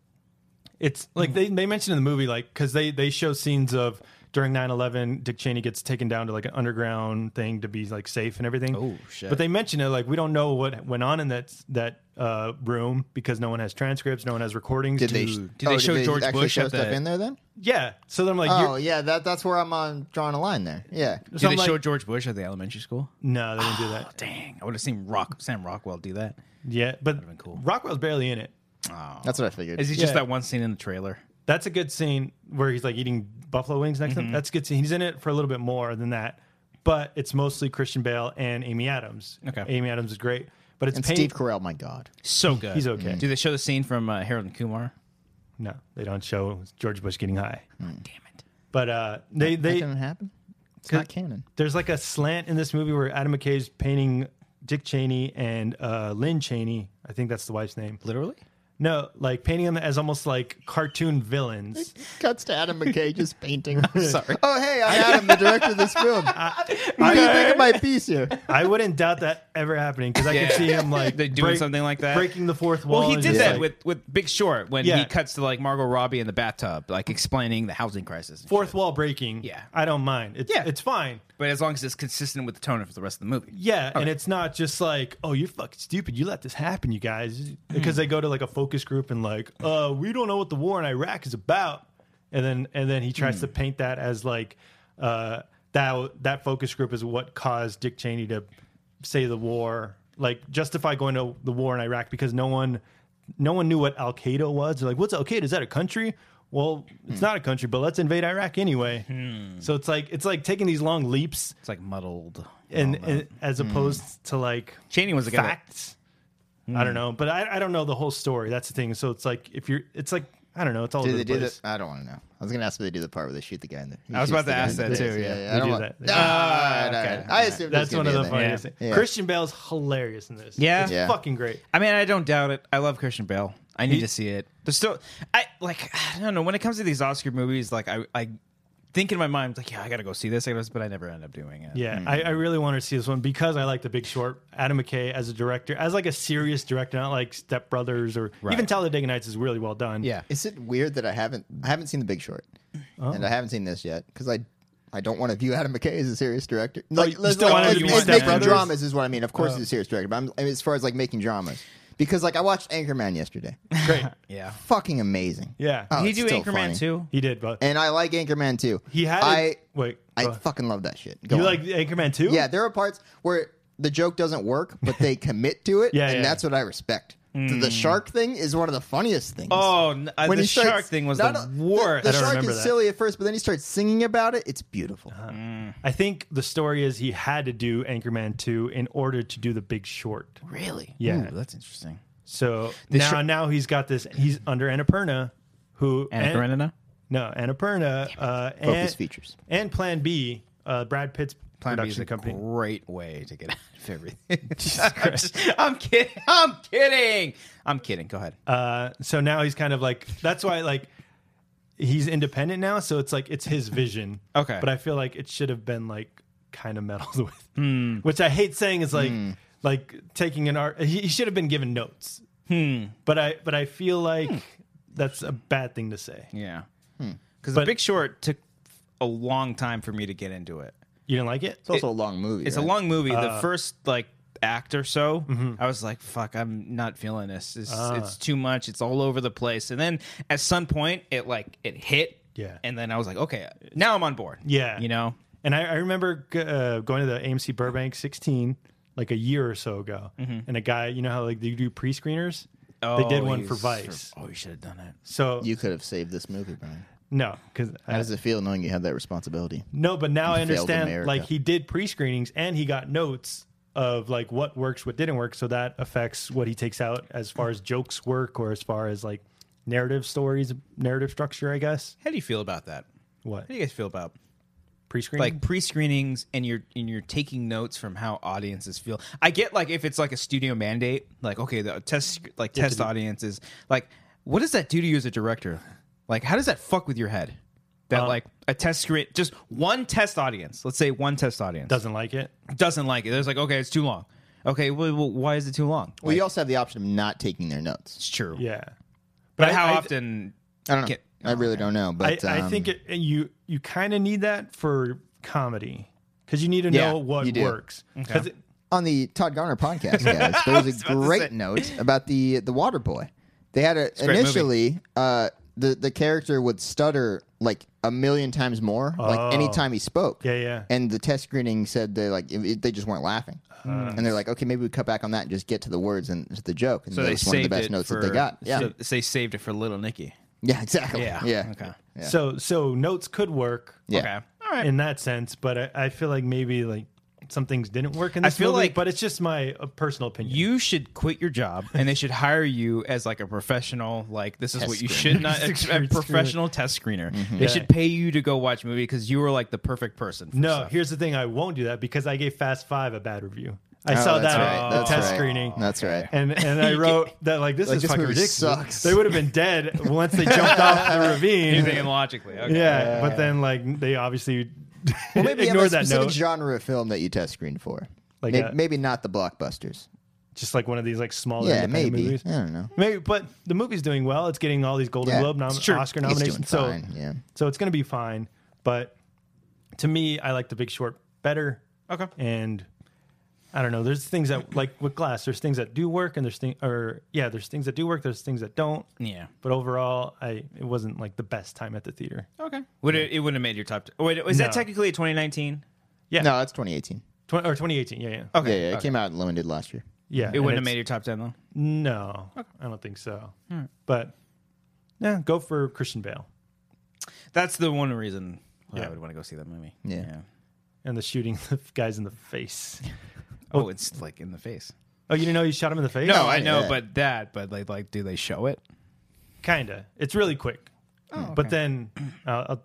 it's like they they mentioned in the movie like because they they show scenes of during 9-11 dick cheney gets taken down to like an underground thing to be like safe and everything
Oh, shit.
but they mention it like we don't know what went on in that that uh room because no one has transcripts no one has recordings
Did they?
Dude, did they
oh,
show George
actually
Bush
show
at
stuff
the-
in there then?
yeah so then i'm like you're-
Oh yeah, that that's where I'm on drawing a line there. Yeah.
So
Did
I'm
they
like-
show George Bush at the elementary school?
No, they didn't do that.
Oh, Dang, I would have seen Rock Sam Rockwell do that.
Yeah, but
been cool.
Rockwell's barely in it.
That's what I figured.
Is he just
Yeah.
that one scene in the trailer?
That's a good scene where he's like eating buffalo wings next
Mm-hmm.
to him. That's a good scene. He's in it for a little bit more than that, but it's mostly Christian Bale and Amy Adams.
Okay.
Amy Adams is great, but it's
and
pain-
Steve Carell, my God.
So good.
He's okay.
Do they show the scene from uh, Harold and Kumar?
No, they don't show George Bush getting high.
Damn it.
But uh, they
That
they
didn't happen. It's not canon.
there's like a slant in this movie where Adam McKay's painting Dick Cheney and uh, Lynn Cheney. I think that's the wife's name.
Literally?
No, like painting them as almost like cartoon villains.
Cuts to Adam McKay just painting. sorry. Oh hey, I'm Adam, the director of this film. what do you think of my piece here?
I wouldn't doubt that ever happening because I
Yeah.
could see him like
They doing something like that?
breaking the fourth wall.
Well, he
and
did
just,
that
like,
with, with Big Short when he
Yeah.
cuts to like Margot Robbie in the bathtub, like explaining the housing crisis. and
fourth
shit.
wall breaking.
Yeah.
I don't mind. It's,
Yeah.
it's fine.
but as long as it's consistent with the tone of the rest of the movie.
Yeah, and it's not just like, oh, you're fucking stupid. You let this happen, you guys, because they go to like a focus group and like, uh, we don't know what the war in Iraq is about, and then and then he tries to paint that as like, uh, that that focus group is what caused Dick Cheney to say the war, like justify going to the war in Iraq because no one, no one knew what Al Qaeda was. They're like, what's Al Qaeda? Is that a country? Well, it's not a country, but let's invade Iraq anyway. So it's like it's like taking these long leaps
It's like muddled.
and,
all
Oh,
that.
and as
Hmm.
opposed to like
Cheney was the guy that-
facts. I
Hmm.
don't know, but I, I don't know the whole story. That's the thing. So it's like if you're, it's like I don't know. It's all
Do
over
they
the
do that?
place.
I don't want to know. I was gonna ask if they do the part where they shoot the guy in the. he
I was
shoots
about to
the guy
ask
in the
that, too,
face.
yeah.
Yeah,
They
I don't
do
want.
that.
Ah, all right, all
okay.
right. I assume
That's one of the
funny.
funniest. things.
Yeah.
Christian Bale's hilarious in this.
Yeah.
it's
Yeah.
fucking great.
I mean, I don't doubt it. I love Christian Bale. I need to see it. There's still, I like, I don't know. When it comes to these Oscar movies, like, I, I think in my mind, like, yeah, I gotta go see this, I guess, but I never end up doing it.
Yeah, I,
Hmm.
I really want to see this one because I like The Big Short. Adam McKay as a director, as like a serious director, not like Step Brothers or even Talladega Nights is really well done.
yeah.
Is it weird that I haven't I haven't seen The Big Short,
Oh.
and I haven't seen this yet because I I don't want to view Adam McKay as a serious director. Like,
you still want him to be Oh. Step
making
Brothers?
dramas is what I mean. Of course, he's a serious director, but I'm, I mean, as far as like making dramas, because like I watched Anchorman yesterday,
great.
yeah.
fucking amazing.
Yeah,
Oh,
He
it's
do
still
Anchorman
funny.
too.
he did, but
and I like Anchorman too.
he had. a-
I
wait,
I
go ahead.
fucking love that shit. Go
you
on.
like Anchorman too?
Yeah, there are parts where the joke doesn't work, but they commit to it,
Yeah, Mm.
and
yeah.
that's what I respect. The- The shark thing is one of the funniest things.
Oh, n- uh,
When
the
he starts-
shark thing was
not
the
o-
worst.
The,
I don't
shark
remember
is
that.
silly at first, but then he starts singing about it. It's beautiful.
I think the story is he had to do Anchorman 2 in order to do The Big Short.
really?
Yeah.
Ooh, that's interesting.
So now
shor-
now he's got this he's under Annapurna who
Anna
An-
Karenina?
No, Annapurna uh
Focus
and,
features.
and Plan B, uh Brad Pitt's
Plan B is
production
a
company.
great way to get out of everything. I'm, just- I'm kidding. I'm kidding. I'm kidding. Go ahead.
Uh so now he's kind of like that's why like he's independent now so it's like it's his vision.
Okay.
But I feel like it should have been like kind of meddles with, which I hate saying is like like taking an art. He, he should have been given notes, but I but I feel like that's a bad thing to say.
Yeah. Because Hmm. The
But-
Big Short took a long time for me to get into it.
You didn't like it?
It's also a long movie.
It's a
right?
long movie.
Uh,
the first like act or so,
Mm-hmm.
I was like, "Fuck, I'm not feeling this. It's,
Ah.
it's too much. It's all over the place." And then at some point, it like it hit.
Yeah.
And then I was like, "Okay, now I'm on board."
Yeah.
You know.
And I, I remember g- uh, going to the AMC Burbank 16 like a year or so ago, and a guy, you know how like they do pre screeners, they did
Oh,
one
you
for
s-
Vice.
oh, you should have done it.
So
You could have saved this movie, Brian.
no, because
How does it feel knowing you have that responsibility?
No, but now I
failed
understand.
America.
Like he did pre screenings and he got notes of like what works, what didn't work. So that affects what he takes out as far as jokes work or as far as like narrative stories, narrative structure. I guess
How do you feel about that?
what
How do you guys feel about
pre screening?
like pre-screenings and you're and you're taking notes from how audiences feel. I get like if it's like a studio mandate, like okay, the test like test audiences, like what does that do to you as a director? Like how does that fuck with your head? That like a test screen, just one test audience. Let's say one test audience
doesn't like it.
doesn't like it. There's like okay, it's too long. Okay, well, well why is it too long?
Well, you also have the option of not taking their notes.
It's true.
Yeah,
But how
I- I-
often?
I don't know.
Get-
I really don't know,
I,
but
I
um,
think it, you you kind of need that for comedy because you need to
Yeah,
know what
you do.
works. 'Cause it-
on the Todd Garner podcast, guys, there was a great note about the the Water Boy. They had a
a great movie.
initially uh, the the character would stutter like a million times more, like anytime he spoke.
Yeah, yeah.
And the test screening said they like it, it- they just weren't laughing, and they're like, okay, maybe we cut back on that and just get to the words and to the joke. And
So
that
they
was one of the
saved
best
it
notes
for
that they got. Yeah,
So, so they saved it for Little Nicky.
yeah, exactly.
Yeah.
Yeah,
Okay.
Yeah.
So so notes could work.
Yeah.
Okay. All right.
in that sense, but I, I feel like maybe like some things didn't work in this
feel
movie,
like-
but it's just my uh, personal opinion.
you should quit your job and they should hire you as like a professional like this is
Test
what you
screener. Mm-hmm.
should not a, a
Screener.
professional test screener they should pay you to go watch a movie because you were like the perfect person for
no,
stuff.
here's the thing: I won't do that because I gave Fast Five a bad review. I
Oh,
saw
that's
that
right.
at
That's
test
right.
screening.
That's right.
and and I wrote that like this
Like,
is
this
fucking
movie
ridiculous.
sucks.
They would have been dead once they jumped off the
you're
ravine.
thinking logically okay.
yeah, but then like they obviously
Well, maybe you have
ignored
a
that
specific
note.
genre of film that you test screen for.
Like
May-
a-
maybe, not the blockbusters.
Just like one of these like smaller
Yeah,
independent
maybe.
movies.
I don't know.
Maybe, but the movie's doing well. It's getting all these Golden
Yeah,
Globe nom-
it's true.
Oscar
It's doing
nominations. so
fine, yeah.
so it's going to be fine. But to me, I like The Big Short better.
Okay.
And I don't know. There's things that like with Glass. There's things that do work, and there's things or yeah, there's things that do work. There's things that don't.
Yeah.
But overall, I it wasn't like the best time at the theater.
okay would it, it wouldn't have made your top t- wait is that
No.
technically a 2019
Yeah.
No, that's 2018.
Tw- or 2018. Yeah. Yeah.
Okay,
yeah, yeah, it came out limited last year.
yeah.
it wouldn't have made
made
your top 10 though
No, I don't think so. But yeah, go for Christian Bale
that's the one reason why i
Yeah.
would want to go see that movie
Yeah.
and the shooting the guys in the face.
oh it's like in the face
Oh, you didn't know you shot him in the face?
no i know
yeah.
but that but like like do they show it
Kinda. It's really quick. But then uh, I'll,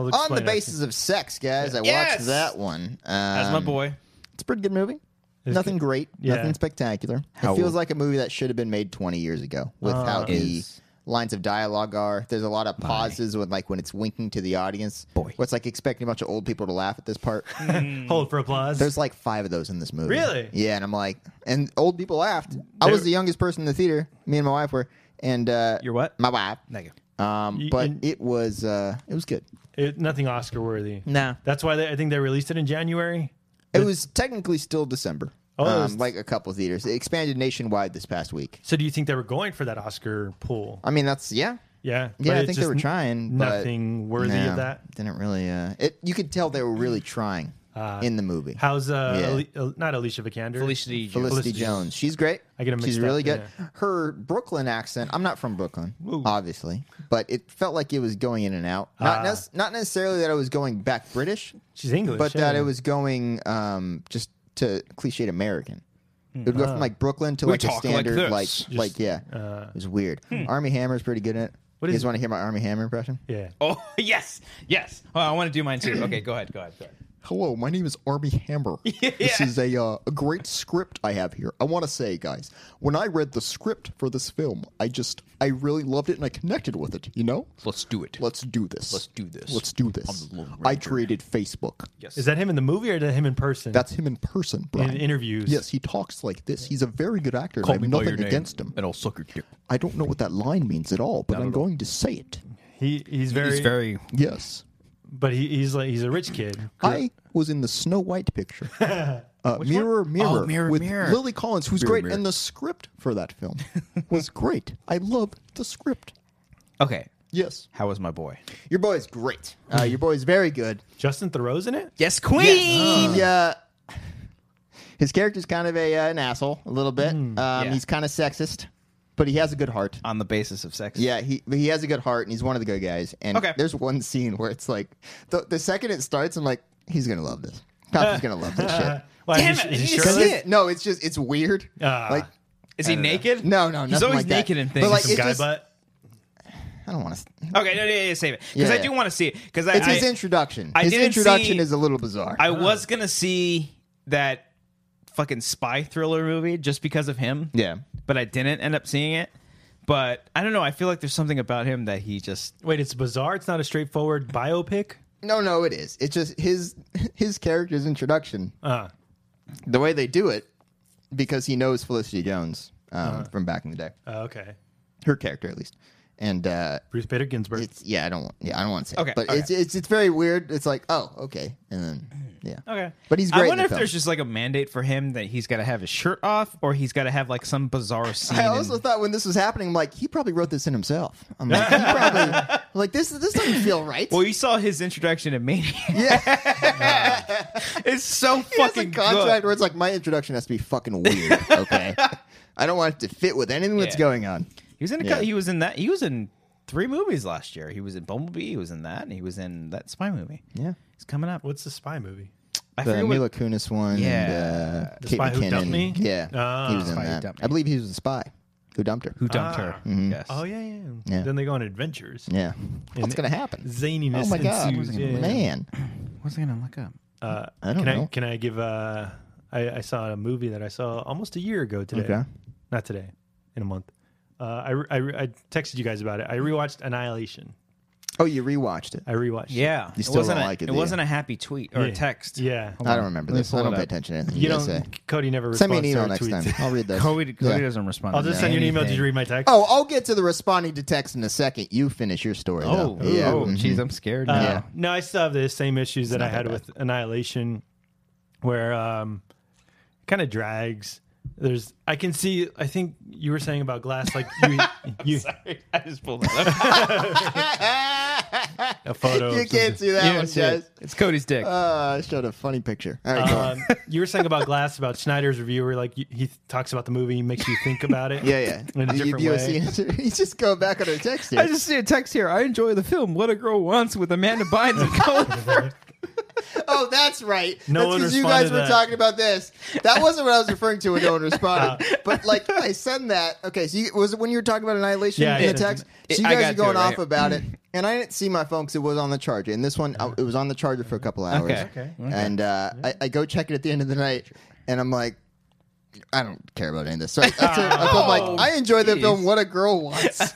Oh, On
explain
the
after.
basis of sex, guys, I
Yes!
watched that one. Um,
that's my boy
It's a pretty good movie. nothing great,
yeah.
nothing spectacular. it feels like a movie that should have been made 20 years ago with
Ah.
how the
Is-
lines of dialogue are. There's a lot of pauses when, like, when it's winking to the audience. Boy, what's like expecting a bunch of old people to laugh at this part?
Hmm.
Hold for applause.
There's like five of those in this movie.
Really?
Yeah, and I'm like, and old people laughed. I was the youngest person in the theater. Me and my wife were, and uh,
Your what?
My wife.
Negative.
Um,
You-
but
and-
it was uh, it was good.
It- nothing Oscar worthy.
Nah.
That's why they, I think they released it in January.
It was technically still December.
Oh, it
um,
was-
like a couple of theaters. It expanded nationwide this past week.
So do you think they were going for that Oscar pool?
I mean, that's yeah.
Yeah. but
Yeah, I
it's
think they
just
were
n-
trying. but
Nothing worthy
no,
of that.
Didn't really. Uh, it. You could tell they were really trying in the movie.
How's uh,
Yeah.
Ali- uh, not Alicia Vikander?
felicity
Felicity
Jones.
Felicity
Jones. She's great.
I get 'em
She's
mixed
really
up,
good.
yeah.
Her Brooklyn accent. I'm not from Brooklyn, obviously, but it felt like it was going in and out.
Ah.
Not, nec- not necessarily that it was going back British,
She's English.
but that
yeah.
it was going um, just to cliched American. It
Hmm.
would go from like Brooklyn to like a
talk like
standard
this.
like like, yeah. it was weird. Army Hammer's pretty good in it.
uh, hmm. What
you
is-
guys want to hear my Army Hammer impression?
Yeah.
Oh yes, yes. Oh, I want to do mine too. Okay, go ahead, go ahead, go ahead.
Hello, my name is Army Hammer. This is a, uh, a great script I have here. I want to say, guys, when I read the script for this film, I just, I really loved it and I connected with it, you know?
Let's do it.
Let's do this.
Let's do this.
Let's do this.
I'm the Lone
I
Ranger.
created Facebook.
yes.
Is that him in the movie or is that him in person?
That's him in person, Brian.
interviews.
Yes, he talks like this. He's a very good actor. and
Call
I have
me by your
nothing
name,
against him.
and I'll suck your dick.
I don't know what that line means at all, but I'm going to say it.
he he's very,
He's very
Yes.
but he, he's like he's a rich kid.
I was in the Snow White picture. Uh, mirror, mirror,
Oh, Mirror,
with
Mirror.
Lily Collins, who's
Mirror,
great,
Mirror.
and the script for that film was great. I love the script.
okay.
Yes,
How was my boy?
your boy is great. Uh, your boy is very good.
Justin Thoreau's in it.
Yes, Queen.
Yeah. uh, His character's kind of a uh, an asshole a little bit. Um,
Yeah. Uh.
He's kind of sexist, but he has a good heart.
On the basis of sex.
Yeah, he he has a good heart and he's one of the good guys. And
Okay.
there's one scene where it's like the the second it starts, I'm like, he's gonna love this. Coppy's gonna love this shit.
Why,
Damn
is he-
it,
is he
I need to
Because
see
shirtless?
it.
it's- no, it's just it's weird.
Ah.
like
Is he
Uh,
naked?
no, no,
Uh, He's
nothing
always
like that.
naked in
But,
things.
like,
Some
it
guy
just-
butt.
I don't want to.
Okay, no, yeah, yeah, save it because
Yeah,
I
yeah.
do want to see it because I,
It's
I,
his Uh-huh. introduction.
I
his
didn't
introduction
see-
is a little bizarre.
I was gonna see that fucking spy thriller movie just because of him.
yeah,
but I didn't end up seeing it. But I don't know. I feel like there's something about him that he just
Wait, it's bizarre. It's not a straightforward biopic.
no, no, it is. It's just his his character's introduction.
Uh,
The way they do it, because he knows Felicity Jones um,
Uh-huh.
from back in the day,
uh, okay.
her character at least, and uh,
Bruce Bader Ginsburg.
it's yeah, I don't want yeah, I don't want to say.
Okay,
it, but
okay.
it's it's it's very weird. It's like oh okay, and then yeah,
okay.
But he's great
I
in
wonder
the
if
film.
there's just like a mandate for him that he's got to have his shirt off, or he's got to have like some bizarre scene.
I also
and-
thought when this was happening, I'm like, he probably wrote this in himself. I'm like, he probably, I'm like this this doesn't feel right.
well, you saw his introduction to Maniac. it's so
he has a
fucking
contract
good.
where it's like my introduction has to be fucking weird. Okay, I don't want it to fit with anything that's
Yeah.
going on.
He was in a,
Yeah.
cou- he was in that he was in three movies last year. He was in Bumblebee. He was in that. And he was in that spy movie.
Yeah,
He's coming up.
What's the spy movie?
I
the
forget what-
Mila Kunis one.
Yeah.
and, uh,
The
Kate
Spy Who
McKinnon.
Dumped Me?
Yeah,
Ah.
he was in
Spy Who
that.
Dumped
I
Me.
believe he was the spy who dumped her.
who dumped her.
Ah.
Yes.
Oh yeah, yeah,
Yeah.
Then they go on adventures.
Yeah, what's gonna happen?
Zaniness
Oh my god,
ensues. Yeah, yeah.
man!
What's I gonna look up?
Uh,
I don't
can I
know.
can I give uh I, I saw a movie that I saw almost a year ago today.
Okay.
Not today, in a month. Uh, I, re- I, re- I texted you guys about it. I rewatched Annihilation.
Oh, you rewatched it.
I rewatched. it.
Yeah,
You still
it wasn't
don't
a,
like it,
It
do you?
wasn't a happy tweet or
Yeah.
a text.
Yeah.
Hold
I
on.
don't remember
Let me
this.
pull
I
it
don't pay
up.
attention to anything
You
you, guys
don't.
say.
Cody never
Oh, Send
responds
me an
to
email
our
next
tweets.
time. I'll read those.
Cody, Cody
Yeah.
doesn't respond.
I'll
to
just send you an email. Did you
anything.
read my text?
Oh, I'll get to the responding to text in a second. You finish your story.
Oh,
though.
yeah.
yeah.
oh,
Mhm.
jeez, I'm scared now.
Yeah.
Um, No, I still have the same issues that I had
that
with Annihilation, where um, it kind of drags. There's, I can see. I think you were saying about glass, like you, you
I just pulled it up.
a photo.
You
of something.
can't see that one, guys.
it's Cody's dick.
Uh, I showed a funny picture. All right, go on.
Um, you were saying about Glass, about Schneider's review, where like you, he talks about the movie, makes you think about it.
Yeah, yeah.
In a
You-
different
you,
way.
see it? He's just going back on her text here.
I just see a text here. I enjoy the film What a Girl Wants with Amanda Bynes and Colin Firth.
oh, that's right.
No
that's
one
because you
responded
guys
to
were
that.
talking about this. That wasn't what I was referring to when no one responded. but like, I send that. Okay, so you, was it when you were talking about annihilation
Yeah,
in
yeah. Mm-hmm.
the text?
It-
so you
I
guys
got
are going
to it right
off
here.
about it, and I didn't see my phone because it was on the charger. And this one, I, it was on the charger for a couple hours.
Okay.
Okay.
And uh, I, I go check it at the end of the night, and I'm like. I don't care about any of this. So I, I turn- I put,
Oh,
like, I enjoy the
geez.
film What a Girl Wants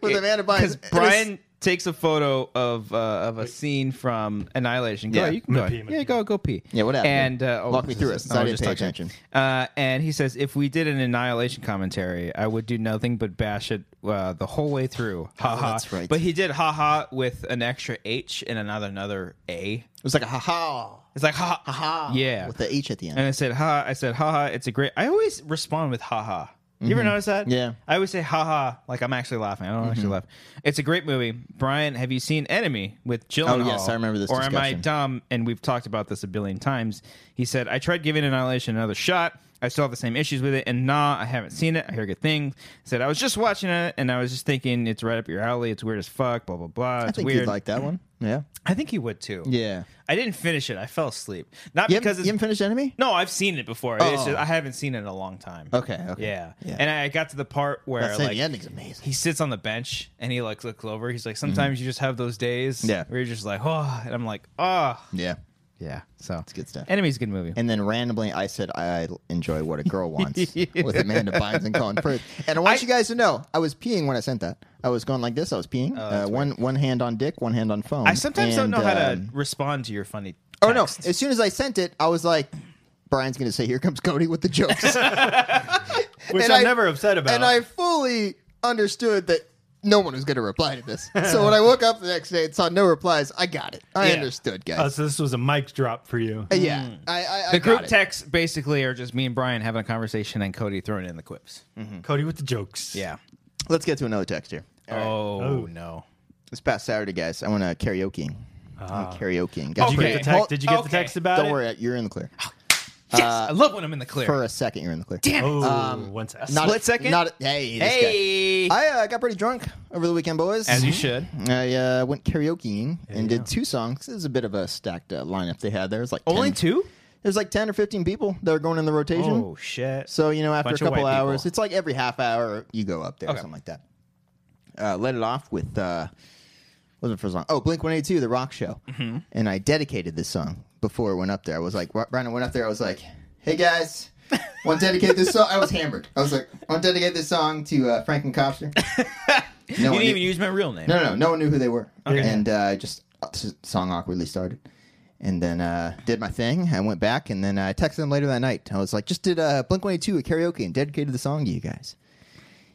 with Amanda Bynes. And
Because
it's-
Brian takes a photo of uh, of a scene from Annihilation. Go,
Yeah.
you can
I'm
go.
gonna pee, I'm gonna
yeah,
pee.
go go pee.
Yeah, what happened?
And uh, oh,
Walk me through it, since I
was
didn't
just
pay
talking.
attention.
Uh, and he says, if we did an Annihilation commentary, I would do nothing but bash it uh, the whole way through. Ha ha.
that's right.
But he did ha ha with an extra H and another another A.
It was like a ha ha
It's like ha ha
ha
Yeah.
with the H at the end.
And I said, ha, I said, haha, it's a great. I always respond with haha. You ever notice that?
Mm-hmm. Yeah. Mm-hmm.
I always say haha, like I'm actually laughing. I don't actually laugh. It's a great movie. Brian, have you seen Enemy with Gyllenhaal?
Oh, yes, I remember this
Or am I
discussion.
dumb? And we've talked about this a billion times. He said, I tried giving Annihilation another shot. I still have the same issues with it. And nah, I haven't seen it. I hear good things. Said, I was just watching it and I was just thinking, it's right up your alley. It's weird as fuck, blah, blah, blah. It's
I think
weird.
you'd like that one. Yeah.
I think he would too.
Yeah.
I didn't finish it. I fell asleep. Not
You
because
haven't,
it's
you haven't finished Enemy?
no, I've seen it before. It's just, I haven't seen it in a long time.
Oh. Okay, okay.
Yeah.
Yeah.
And I got to the part where
That's
like
the ending's amazing. Mm-hmm.
he sits on the bench and he like looks over. He's like, sometimes you just have those days
Yeah.
where you're just like, oh, and I'm like, oh,
Yeah.
Yeah. So it's
good stuff.
Enemy's a good movie.
And then randomly, I said I enjoy what a girl wants with Amanda Bynes and Colin Firth. And I want you guys to know, I was peeing when I sent that. I was going like this. I was peeing. uh, one one hand on dick, one hand on phone.
Oh, I sometimes
And,
don't know how to
um,
respond to your funny.
oh no!
texts.
As soon as I sent it, I was like, Brian's going to say, "Here comes Cody with the jokes," and
which
And
I'm
I-
never upset about.
I fully understood that. No one was going to reply to this. So when I woke up the next day and saw no replies, I got it. I
Yeah.
understood, guys.
Oh, so this was a mic drop for you.
Uh, yeah, I, I, I
Mm. The group
got it.
texts basically are just me and Brian having a conversation and Cody throwing in the quips.
Mm.
Cody with the jokes.
Yeah.
Let's get to another text here.
Oh,
Oh.
no.
This past Saturday, guys, I went to karaoke.
Ah.
Uh, karaoke.
Did you get the text? Did you get the
Okay.
text about
Don't
it?
worry, you're in the clear.
Yes, I love when I'm in the clear.
Uh, For a second, you're in the clear.
Damn it.
Oh, one sec.
Um, Not
Split second?
Not hey. This
hey.
Guy. I uh, got pretty drunk over the weekend, boys.
As you should.
I uh, went karaokeing and did two songs. It was a bit of a stacked uh, lineup they had there. It was like 10
two?
It was like ten or fifteen people that were going in the rotation.
Oh, shit.
So you know, after
Bunch
a
of
couple
white people.
hours, it's like every half hour you go up there or
Okay.
something like that. Uh, let it off with uh, what was it for song? Oh, Blink One Eighty Two, the rock show.
Mm-hmm.
And I dedicated this song before it went up there. I was like, Brian, I went up there. I was like, Hey guys, want to dedicate this song? I was hammered. I was like, I want to dedicate this song to uh, Frank and Copster.
you
No one
didn't
knew-
even use my real name.
no, no, no, no one knew who they were.
Okay.
And uh, just uh, s- song awkwardly started. And then uh, did my thing. I went back and then I texted them later that night. I was like, just did uh, Blink 182 at karaoke and dedicated the song to you guys.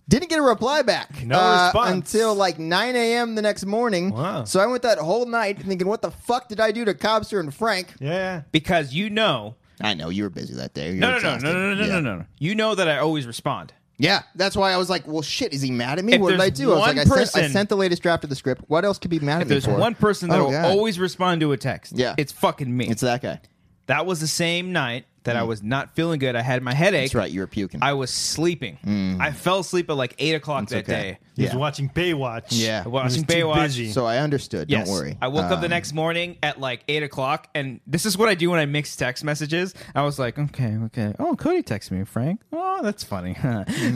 Didn't get a reply back.
No
uh,
response.
Until like 9 a.m. the next morning.
Wow.
So I went that whole night thinking, what the fuck did I do to Cobster and Frank?
Yeah.
Because you know.
I know you were busy that day. You
No,
were
no, no,
exhausted.
no, no, no,
yeah.
no, no, no. You know that I always respond.
Yeah, that's why I was like, well, shit, is he mad at me?
If
what did I
there's
do? I was like,
one
I sent, I
person-
sent the latest draft of the script. What else could be mad at
If
me
there's
for?
one person that
Oh,
will
God.
always respond to a text,
Yeah.
it's fucking me.
It's that guy.
that was the same night that I was not feeling good. I had my headache.
That's right. You were puking.
I was sleeping. I fell asleep at like eight o'clock that
okay.
day.
He was
Yeah.
watching Baywatch.
Yeah.
He was
Watching
too
Baywatch.
busy.
So I understood.
Yes.
Don't worry.
I woke up the
Um,
next morning at like eight o'clock, and this is what I do when I mix text messages. I was like, okay, okay. Oh, Cody texted me, Frank. Oh, that's funny.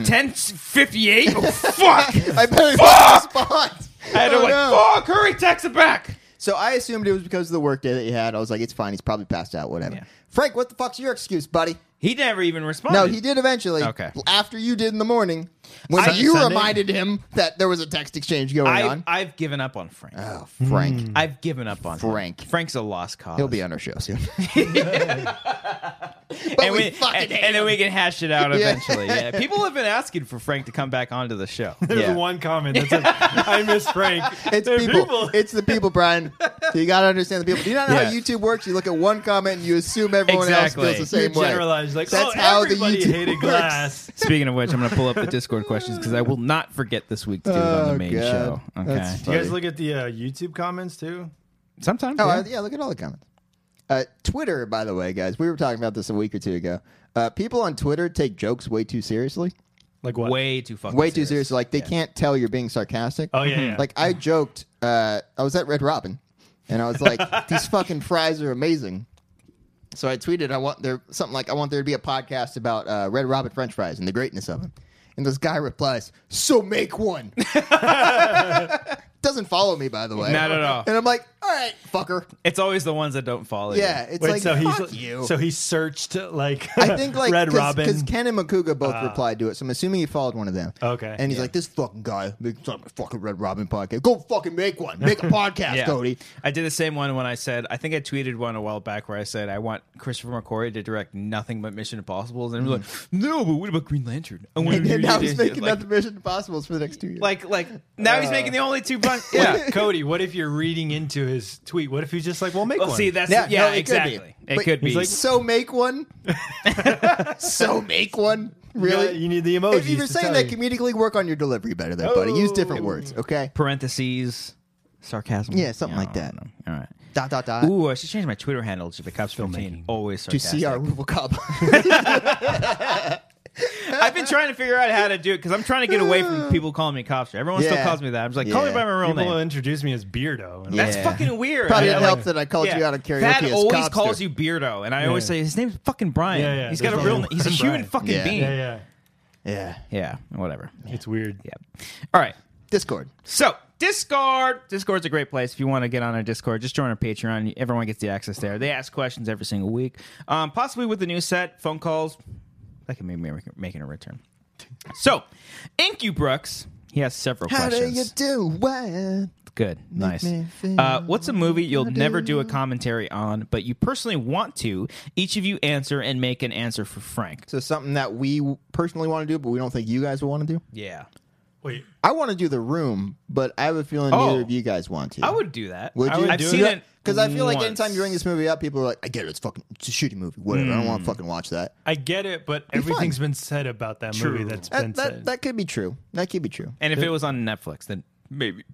Ten fifty-eight. Oh, fuck.
Mm-hmm. I better
Fuck!
respond.
I had to
Oh,
like,
no.
fuck, hurry, text it back.
So I assumed it was because of the work day that you had. I was like, it's fine. He's probably passed out. Whatever.
Yeah.
Frank, what the fuck's your excuse, buddy?
He never even responded.
No, he did eventually.
Okay.
After you did in the morning, when
I-
you
Sunday?
reminded him that there was a text exchange going
I,
on.
I've given up on Frank.
oh, Frank.
I've given up on him.
Frank.
Frank's a lost cause.
He'll be on our show soon. but
and
we,
we,
fucking
and,
hate
and then
him.
we can hash it out
Yeah.
eventually. Yeah, people have been asking for Frank to come back onto the show.
There's
Yeah.
one comment that says, I miss Frank.
It's
They're
people. It's the people, Brian. So you gotta understand the people. Do you not know
Yeah.
how YouTube works? You look at one comment and you assume everyone
Exactly.
else feels the same
You
way.
generalize, like,
That's
oh,
how the
everybody
YouTube
hated
works.
glass.
Speaking of which, I'm going to pull up the Discord questions because I will not forget this week to do it on
Oh,
the main
God.
show. Okay.
That's
Do you guys
Funny.
look at the uh, YouTube comments too?
Sometimes.
Oh,
yeah.
yeah. yeah, look at all the comments. Uh, Twitter, by the way, guys, we were talking about this a week or two ago. Uh, people on Twitter take jokes way too seriously.
Like what?
way too fucking
Way too seriously. Like, they can't tell you're being sarcastic.
Oh, yeah, yeah.
Like, I joked, uh, I was at Red Robin, and I was like, these fucking fries are amazing. So I tweeted, I want there something like, I want there to be a podcast about uh, Red Robin French fries and the greatness of them. And this guy replies, "So make one." Doesn't follow me, by the way.
Not at all.
And I'm like, "All right, fucker."
It's always the ones that don't follow.
Yeah, it's
Wait,
like
so he's
fuck you.
so he searched like
I think like
Red
cause,
Robin. Ah.
because Ken and Makuga both replied to it, so I'm assuming he followed one of them.
Okay,
and he's
yeah.
like, "This fucking guy making some fucking Red Robin podcast. Go fucking make one. Make a podcast,
you. Yeah.
Cody."
I did the same one when I said I think I tweeted one a while back where I said I want Christopher McQuarrie to direct nothing but Mission Impossible, and everyone's like, "No, but what about Green Lantern?" I want him
Mm. And,
to do
now
this."
he's making
like,
nothing Uh, Mission Impossibles for the next two years.
like, like now he's making the only two. Bun-
yeah,
yeah.
Cody. What if you're reading into his tweet? What if he's just like, well, make
Well,
one.
see, that's
Yeah,
yeah,
no, it could be.
exactly. It
But-
could be.
He's like-
so make one. so make one. Really?
Yeah, you need the emojis.
if you're
to
saying
tell
that
you.
comedically, work on your delivery better, there, buddy. Use different
Oh.
words, okay?
parentheses, sarcasm.
Yeah, something like
I don't
that.
know. All right.
Dot dot dot.
Ooh, I should change my Twitter handle to the Cubs fifteen. Always
to
sarcastic.
see our Robocop.
I've been trying to figure out how to do it because I'm trying to get away from people calling me Copster. Everyone
Yeah.
still calls me that. I'm just like, call me
Yeah.
by my real
People
name.
introduced me as Beardo. And I'm
Yeah.
like,
That's fucking weird.
Probably
I-
didn't
like-
help that I called you
Yeah.
out of karaoke.
Thad
as
always
Cobster.
calls you Beardo, and I always
Yeah.
say his name's fucking Brian.
Yeah, yeah.
He's got
There's no
a real.
name.
name. He's a
Brian.
human fucking
Yeah.
being.
Yeah, yeah.
Yeah.
yeah, whatever.
It's weird.
Yeah. All right.
Discord.
So Discord, Discord's a great place if you want to get on our Discord. Just join our Patreon. Everyone gets the access there. They ask questions every single week. Um, possibly with the new set, phone calls. That can make me making a return. So, Inky Brooks, he has several
How do
questions.
you do what?
Good, nice.
me feel
Uh, what's a movie you'll never do a commentary on, but you personally want to? Each of you answer and make an answer for Frank.
So something that we personally want to do, but we don't think you guys will want to do.
Yeah,
Wait,
I want to do the room, but I have a feeling
Oh.
neither of you guys want to.
I would do that.
Would
I
you?
I've
do
seen
that?
it
Because I feel like
once.
anytime you bring this movie up, people are like, "I get it, it's fucking, it's a shitty movie. Whatever, I don't want to fucking watch that."
I get it, but everything's been said about that movie that's been
That, that
said.
that could be true. That could be true.
and if it was on Netflix, then maybe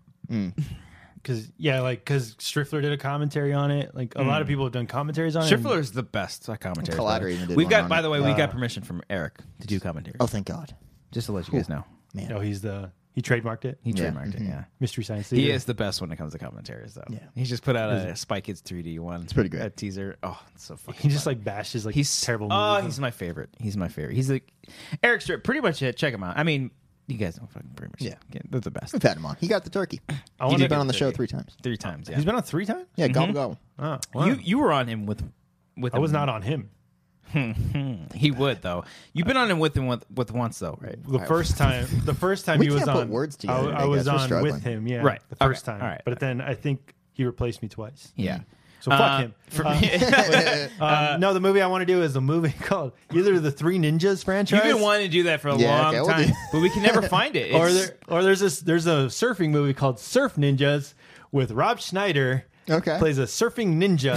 Because yeah, like because Striffler did a commentary on it. Like a lot of people have done commentaries on it.
Schiffler Mm. is the best at commentary.
Collateral even did
We've
one
got,
on
by
it.
the way, we got permission from Eric to do commentary.
Oh, thank God.
Just to let you guys know,
No, Oh, he's the he trademarked it.
he trademarked
Mm-hmm.
it. Yeah,
Mystery Science Theater.
he is the best when it comes to commentaries, though. Yeah, he just put out a Spy Kids 3D one. It's
pretty great.
A teaser. Oh, it's so fucking.
He just
fun.
like bashes like
he's
terrible.
Oh,
movies.
he's my favorite. He's my favorite. He's like Eric Strip. Pretty much it. Check him out. I mean, you guys don't fucking pretty much.
Yeah.
they're the best.
We've had him on. He got the turkey.
I
He's
wanna-
been on the show three times.
Three times. Yeah.
He's been on three times.
Yeah, gobble gobble.
Oh, wow.
You you were on him with with.
I was
him.
not on him.
He would though. You've been on him with him with, with once though, right?
The first time, the first time
We
he was
can't put
on,
words
I,
together
I
today,
was
guys. We're
on
struggling.
with him. Yeah,
Right.
The
Okay.
first time.
All right.
But then I think he replaced me twice.
Yeah.
So fuck
Uh,
him.
for-
Uh, uh, no, the movie I want to do is a movie called either the Three Ninjas franchise.
You've been wanting to do that for a
Yeah,
long
okay, we'll
time,
do-
but we can never find it.
or
It's-
there, or there's this there's a surfing movie called Surf Ninjas with Rob Schneider.
Okay.
plays a surfing ninja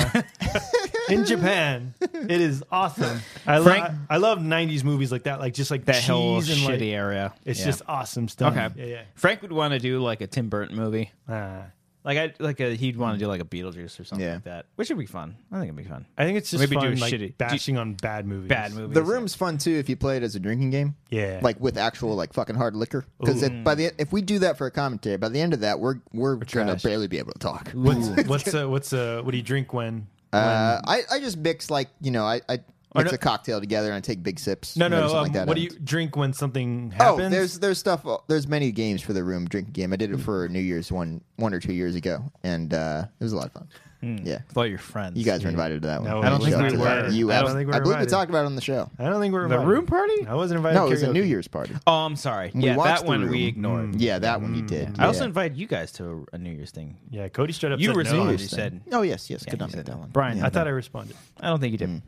in Japan. It is awesome. I
Frank-
love I love '90s movies like that, like just like
that
cheese
whole
and
shitty
like,
area.
It's
Yeah.
just awesome stuff.
okay.
yeah,
Frank would want to do like a Tim Burton movie,
yeah. Uh,
like I like a, he'd want to do like a Beetlejuice or something
Yeah.
like that, which would be fun. I think it'd be fun.
I think it's just
Maybe do
fun,
a
like,
shitty-
bashing on bad movies.
Bad movies.
The room's fun too if you play it as a drinking game.
Yeah.
like with actual like fucking hard liquor. Because by the e, if we do that for a commentary, by the end of that we're we're, gonna
trash.
barely be able to talk.
What's what's uh, what's uh, what do you drink when?
Uh, I I just mix like you know I I mix
no-
a cocktail together and I take big sips.
No,
and then
no.
something
Um,
like that
what do you
happens.
drink when something
Oh,
happens?
there's there's stuff. There's many games for the room drinking game. I did it for New Year's one one or two years ago, and uh, it was a lot of fun. Yeah,
With all your friends,
you guys were invited to that one.
Hmm. No,
I don't
we
think
were
we were.
invited.
You,
I don't
abs-
think we
I
were
believe we
invited.
talked about it on the show.
I don't think we're
the
invited.
room party.
I wasn't invited.
No,
to
it was a
karaoke.
New Year's party.
Oh, I'm sorry.
we
Yeah,
watched
that
The
one we
Room.
ignored.
Yeah, that one you did.
I also
Yeah.
invited you guys to a New Year's thing.
Yeah, Cody straight up
You
said
resumed.
no.
You said-
Oh yes, yes.
you
Could not
said
make
no.
that one.
Brian,
Yeah.
I thought I responded.
I don't think you did.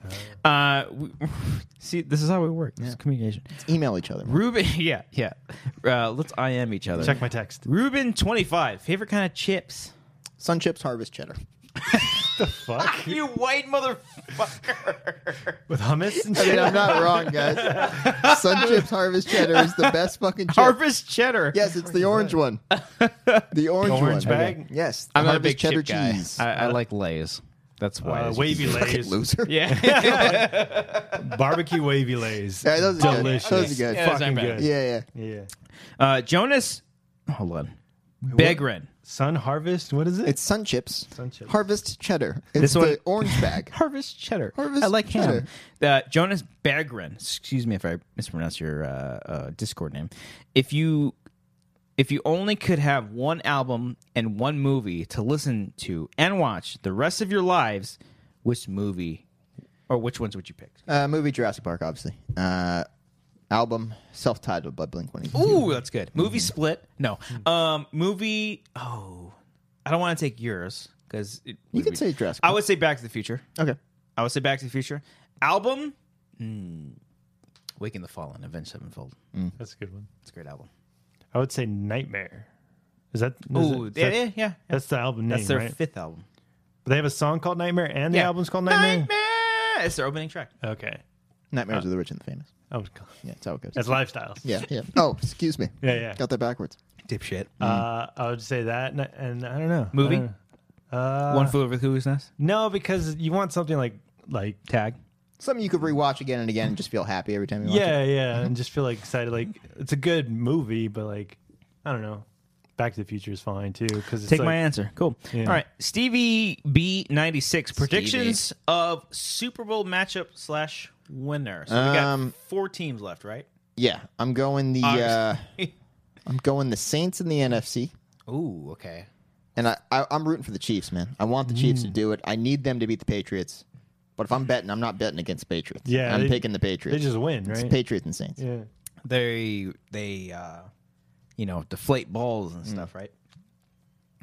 Uh, we, see, this is how we work. This is communication.
email each other.
Ruben, yeah, yeah. Uh, let's IM each other.
Check my text.
Ruben twenty five. Favorite kind of chips.
Sun chips, harvest cheddar.
Fuck
You white motherfucker.
with hummus and
I mean,
shit.
I'm not wrong, guys. Sun chips, harvest cheddar is the best fucking chip.
Harvest cheddar.
Yes, it's the orange one. The orange,
orange
one.
bag?
Yes, the
I'm not a
harvest
big
cheddar
chip guy.
cheese.
I, I like Lay's. That's why.
Uh,
it's-
wavy lays,
Loser.
Yeah.
barbecue wavy lays.
Yeah, those are good.
Delicious.
Those are good.
Yeah, those
Fucking
aren't bad.
good.
Yeah, yeah.
yeah.
uh, Jonas. Hold on. Begrin.
Sun harvest. What is it?
It's sun chips,
Sun chips.
harvest cheddar. It's
This
the
one-
orange bag.
Harvest cheddar.
Harvest
I like
cheddar.
him. Uh, Jonas Berggren. Excuse me if I mispronounce your uh, uh, Discord name. If you if you only could have one album and one movie to listen to and watch the rest of your lives, which movie or which ones would you pick?
Uh, movie Jurassic Park, obviously. Uh, album self-titled by Blink One Eighty Two.
Ooh, that's good. Movie split? No.
Hmm.
Um, movie. Oh, I don't want to take yours because
You can say Jurassic
I would say Back to the Future.
Okay.
I would say Back to the Future. Album, mm, Waking the Fallen, Avenged Sevenfold.
That's a good one.
It's a great album.
I would say nightmare. Is that? is
Oh,
it- is
yeah,
that-
yeah, yeah.
That's the album name,
That's their
right?
fifth album.
But they have a song called Nightmare, and the
Yeah.
album's called Nightmare.
It's their opening track.
Okay.
Nightmares of the Rich and the Famous.
That was cool.
Yeah, that's how it goes.
That's lifestyles.
yeah, yeah. Oh, excuse me.
Yeah, yeah.
Got that backwards.
Dipshit.
Uh, I would say that, and, and I don't know.
Movie?
I don't know. Uh,
One flew over the cuckoo's nest.
no, because you want something like like
Tag.
Something you could rewatch again and again and just feel happy every time you watch it.
yeah, yeah, and just feel like excited. Like it's a good movie, but like I don't know. Back to the Future is fine too because it's
Take
like,
my answer. Cool. All right. Stevie B ninety six predictions of Super Bowl matchup slash winner. So we got
Um,
four teams left, right?
Yeah, I'm going the. Uh,
Obviously.
I'm going the Saints in the NFC,
Ooh, okay.
and I, I I'm rooting for the Chiefs, man. I want the Chiefs
Mm.
to do it. I need them to beat the Patriots. But if I'm betting, I'm not betting against Patriots.
Yeah,
I'm
they-
picking the Patriots.
They just win,
It's
right?
Patriots and Saints.
yeah.
They they uh you know, deflate balls and stuff, right?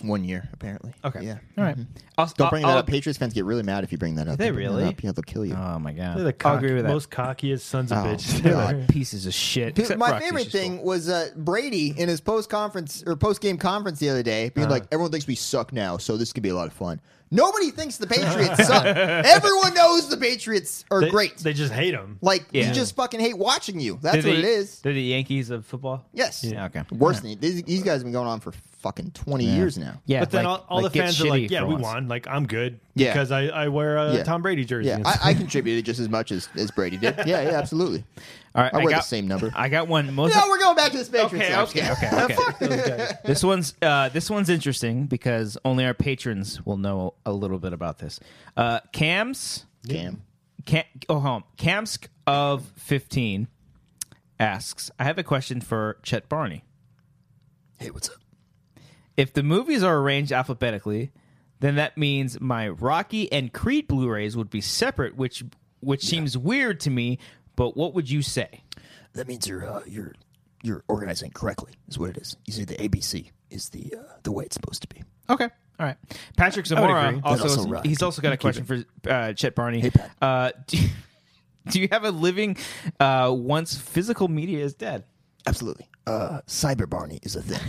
One year, apparently.
Okay.
Mm. Yeah. Mm-hmm.
All right. I'll,
Uh,
Don't bring
I'll-
that
I'll-
up. Patriots fans get really mad if you bring that up.
they
If you bring that
really?
up, yeah, they'll kill you.
Oh my god.
They're the cock,
I'll agree with that.
most cockiest sons of
Oh,
bitches.
God, pieces of shit.
Dude,
Except
my
Roxy's
favorite
just cool.
thing was uh, Brady in his post conference or post game conference the other day,
Uh-huh.
being like, "Everyone thinks we suck now, so this could be a lot of fun." Nobody thinks the Patriots suck. Everyone knows the Patriots are
They-
great.
They just hate them.
like
Yeah.
you just fucking hate watching you. That's
They're
what it
the-
is.
They're the Yankees of football.
Yes.
Yeah, okay.
Worse than these, these guys have been going on for fucking twenty years now.
Yeah,
but then
like-
all, all
like,
the
get
fans are
shitty
like, "Yeah,
for
we
once."
won. Like I'm good
Yeah.
because I, I wear a
Yeah.
Tom Brady jersey."
Yeah,
and stuff.
I, I contributed just as much as, as Brady did. Yeah, yeah, absolutely.
All right,
I
I
wear the
got,
same number.
I got one. Most
No, we're going back to the Patriots.
okay,
No, I'm just
okay,
kidding.
okay, okay. this one's uh, this one's interesting because only our patrons will know a little bit about this. Uh, Cams,
Cam.
Cam, oh, home Camsk of fifteen asks. I have a question for Chet Barney.
Hey, what's up?
If the movies are arranged alphabetically, then that means my Rocky and Creed Blu-rays would be separate, which which seems weird to me. But what would you say?
That means you're uh, you're you're organizing correctly. Is what it is. You see, the ABC is the uh, the way it's supposed to be.
Okay. All right. Patrick
I
Zamora
would agree.
uh, also,
That's also right.
he's also got a question for uh, Chet Barney.
Hey, Pat.
Uh, do, you, do you have a living uh, once physical media is dead?
Absolutely. Uh, Cyber Barney is a thing.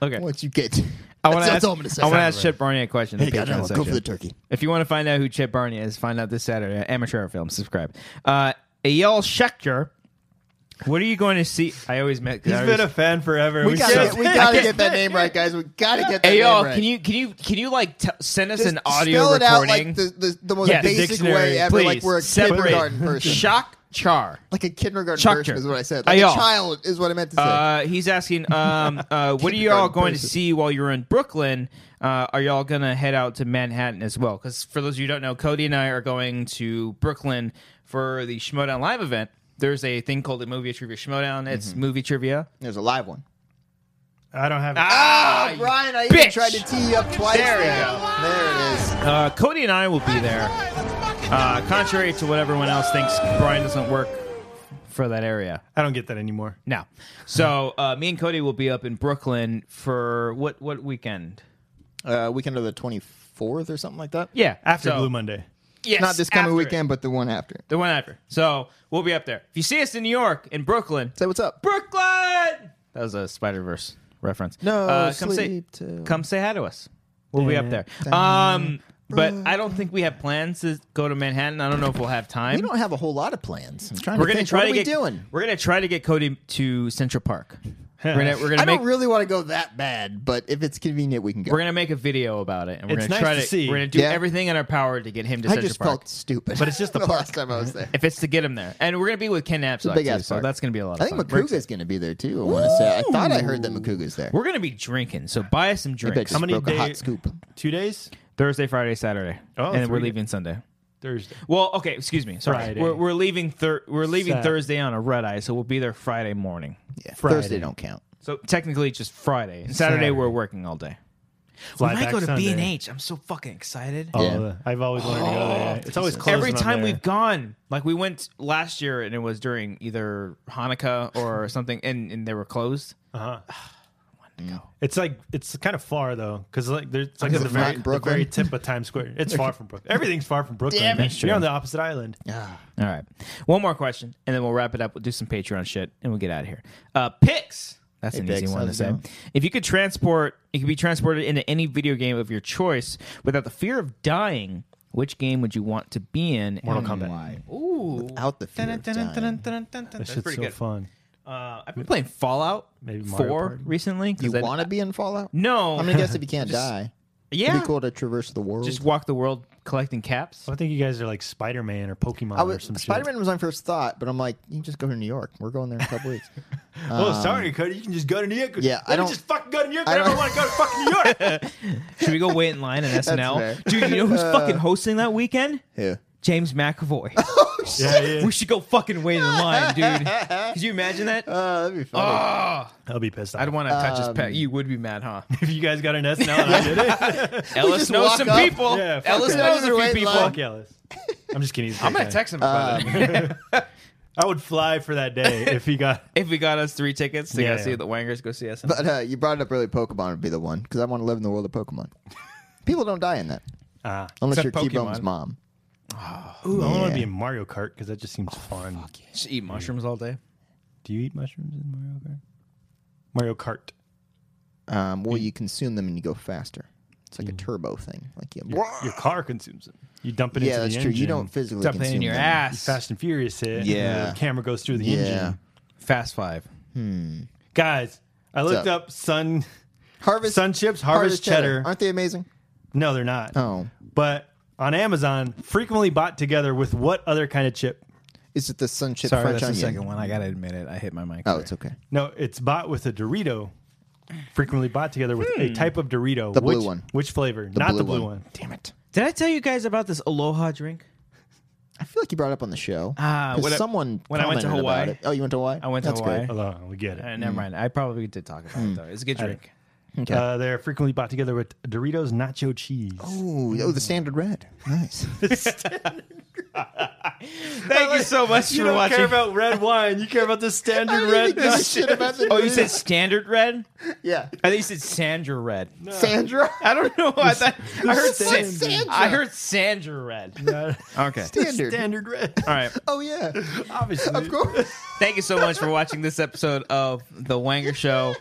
Okay.
What you get?
I want to
that's,
ask,
that's all I'm gonna say.
I wanna ask Chet Barney a question. in
Hey,
the
Godella,
Patreon
go for
section.
the turkey.
If you want to find out who Chet Barney is, find out this Saturday at Amateur Hour Film. Subscribe. Uh, Ayel Schechter, what are you going to see? I always met.
He's been a fan forever.
We gotta,
should-
we gotta get that name right, guys. We gotta get that
Hey
name
y'all,
right.
can you can you can you like t- send us
Just
an audio
spell it out
recording?
like the, the, the most
Yeah, the
basic way
dictionary,
ever?
Please
like we're a
separate.
kindergarten person,
Shock char.
like a kindergarten
Shock
person
her.
is what I said. Like
Ayo.
a child is what I meant to say.
Uh, he's asking, um, uh, what are you all going to
person.
see while you're in Brooklyn? Uh, are y'all going to head out to Manhattan as well? Because for those of you who don't know, Cody and I are going to Brooklyn for the Schmodown Live event. There's a thing called the Movie Trivia Schmodown. It's movie trivia.
There's a live one.
I don't have.
Ah, Brian, I even
bitch.
tried to tee you up twice.
There we
There it is.
Uh, Cody and I will be there. Uh, contrary to what everyone else thinks, Brian doesn't work for that area.
I don't get that anymore.
No. So uh, me and Cody will be up in Brooklyn for what what weekend?
Uh, weekend of the 24th or something like that.
Yeah,
After
so-
Blue Monday,
Yes,
Not this coming
after it.
weekend, but the one after.
The one after. So we'll be up there. If you see us in New York, in Brooklyn,
Say what's up.
Brooklyn. That was a Spider Verse reference.
No
Uh, come say,
sleep till-
come say hi to us. We'll be up there. Um, but I don't think we have plans to go to Manhattan. I don't know if we'll have time.
We don't have a whole lot of plans. I'm trying
we're
to
gonna
think.
try
what
to
are
get
we doing?
We're gonna try to get Cody to Central Park. we're gonna we're gonna
I
make
don't really want to go that bad, but if it's convenient, we can go.
we're gonna make a video about it, and we're
It's
gonna
nice
try
to
to,
see.
we're gonna do
Yeah.
everything in our power to get him to
I
Central
just
Park.
felt stupid.
But it's just the park.
last time I was there.
if it's to get him there, and we're gonna be with Ken Napsok
big
too,
ass
so
park.
that's gonna be a lot.
I
of
think
fun. We're-
Makuga's going to be there too. I want to say. I thought I heard that Makuga's there.
We're gonna be drinking, so buy us some
I bet
drinks.
just
How many
broke a hot
days-
scoop.
two days,
Thursday, Friday, Saturday,
Oh,
and then we're
three-
leaving Sunday.
Thursday.
Well, okay, excuse me. Sorry,
Friday.
we're, we're leaving. Thir- we're leaving
Sat-
Thursday on a red eye, so we'll be there Friday morning.
Yeah,
Friday.
Thursday don't count.
So technically, it's just Friday. And Saturday,
Saturday.
we're working all day.
Fly
I might
back
go to
Sunday.
B and H. I'm so fucking excited.
Oh,
Yeah.
I've always wanted to go there. It's always closed
Oh, Every
when I'm
time
there.
we've gone, like we went last year, and it was during either Hanukkah or something, and, and they were closed.
It's like it's kind of far though, because like there's it's like
Is
at the
it not
very,
in
the
Brooklyn?
very tip of Times Square. It's far from Brooklyn. Everything's far from Brooklyn.
Damn it.
You're on the opposite island.
Ah,
All right, one more question, and then we'll wrap it up. We'll do some Patreon shit, and we'll get out of here. Uh, picks. That's an
Pix,
easy one
how's
to
it
say.
going?
If you could transport, you could be transported into any video game of your choice without the fear of dying. Which game would you want to be in? Mortal
Kombat.
Ooh,
Without the fear of dying.
That
That's
shit's
pretty
so
good.
fun.
Uh, I've been playing Fallout
Maybe Mario
Four
Party.
recently. 'cause
You
I-
want to be in Fallout?
No,
I'm gonna guess if you can't die,
yeah.
it'd be cool to traverse the world.
Just walk the world collecting caps.
I think you guys are like Spider Man or Pokemon
I
or
was
some
Spider Man was my first thought, but I'm like, you can just go to New York. We're going there in a couple weeks.
shit. Oh,
Um,
sorry, Cody. You can just go to New York.
Yeah, I
Let me
don't-
just fucking go to New York.
I
I don't
don't-
want to go to fucking New York. Uh,
Should we go wait in line at SNL,
fair.
dude? You know who's fucking hosting that weekend?
Yeah.
James McAvoy.
Oh
Yeah, yeah.
We should go fucking wait in line, dude. Could you imagine that?
Uh, that'd be funny.
Ah. I'll be pissed off.
I'd want to touch his
Um,
pet. You would be mad, huh?
if you guys got an SNL and I did it,
Ellis
just
knows
walk
some
up.
people.
Yeah, fuck
Ellis
it.
knows
Another
a few
red
people.
fuck
line.
Ellis. I'm just kidding. he's a
I'm
great guy.
gonna text him about it
I would fly for that day if he got.
if we got us three tickets to
Yeah,
go see
yeah.
the Wangers go see us.
But uh, you brought it up earlier. Pokemon would be the one because I want to live in the world of Pokemon. People don't die in that
Uh,
unless
Except
you're
Pokemon.
T-Bone's mom.
Ah. ooh, I want to
Yeah.
be in Mario Kart because that just seems
Oh,
fun.
Just
Mm.
eat mushrooms all day.
Do you eat mushrooms in Mario Kart? Mario Kart.
Um, well, you consume them and you go faster. It's
Mm.
like a turbo thing. Like you,
Your, your car consumes them. You dump it
yeah,
into
that's
the
true.
engine.
You don't physically
Something
consume
in your
them.
ass.
Fast and Furious hit.
Yeah.
And the camera goes through the
Yeah,
engine.
Fast Five.
Guys, I looked
up?
up sun.
harvest
Sun chips, harvest cheddar.
Aren't they amazing?
No, they're not.
Oh.
But on Amazon, frequently bought together with what other kind of chip?
Is it the sun chip
Sorry,
French
that's the
onion?
second one. I gotta admit it. I hit my mic.
Oh, it's okay.
No, it's bought with a Dorito. Frequently bought together with a type of Dorito.
The
which,
blue one.
Which flavor? not
blue
the blue
one.
one. Damn it.
Did I tell you guys about this Aloha drink?
I feel like you brought it up on the show.
Ah,
'Cause
when I-
someone
when I went to
commented about
Hawaii.
it. Oh, you went to Hawaii.
I went to
That's
Hawaii.
Great.
Hold on, we get it.
Uh, never mind. I probably did talk about
Hmm.
it though. It's a good drink.
Okay.
Uh, they're frequently bought together with Doritos nacho cheese.
Ooh, oh, the standard red. Nice.
Thank you so much
you
for
don't care
watching.
about red wine. You care about the standard red.
give a shit about the
oh, you said standard red?
yeah,
I think you said Sandra red.
Sandra.
I don't know. I thought I heard
What's
San-
Sandra?
I heard Sandra red.
Uh,
Okay.
Standard.
standard red.
All right.
Oh yeah,
Obviously.
of course.
Thank you so much for watching this episode of The Wanger Show.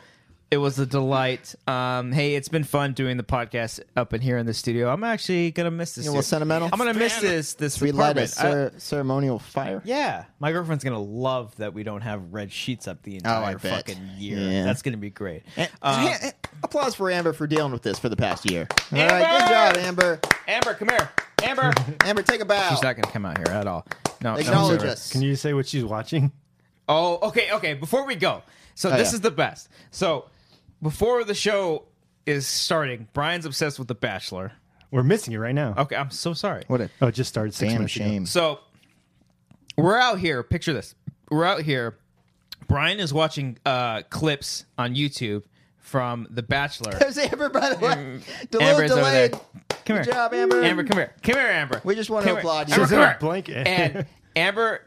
It was a delight. Um, hey, it's been fun doing the podcast up in here in the studio. I'm actually gonna miss this.
You know,
dude.
sentimental.
I'm gonna miss this this
We light a
apartment. I-
cer- ceremonial fire.
yeah, my girlfriend's gonna love that we don't have red sheets up the entire
Oh, bet.
fucking year.
Yeah.
That's gonna be great.
Uh,
Uh,
hey, hey, applause for Amber for dealing with this for the past year. All right,
Amber!
good job, Amber.
Amber, come here. Amber,
Amber, take a bow.
she's not gonna come out here at all. No,
Acknowledge
no, sir.
us.
Can you say what she's watching?
Oh, okay, okay. Before we go, so this
Oh, yeah.
is the best. So before the show is starting, Brian's obsessed with The Bachelor.
We're missing it right now.
Okay, I'm so sorry.
what a
Oh, it just started six
damn
minutes ago.
shame.
So we're out here. Picture this: we're out here. Brian is watching uh, clips on YouTube from The Bachelor.
There's Amber, by the way. Del-
Amber's over there.
delayed.
Come here,
Good job, Amber.
Amber, come here, come here, Amber.
We just want
Come
to
here.
applaud you.
Amber,
Is it
come
a
here.
blanket?
and Amber,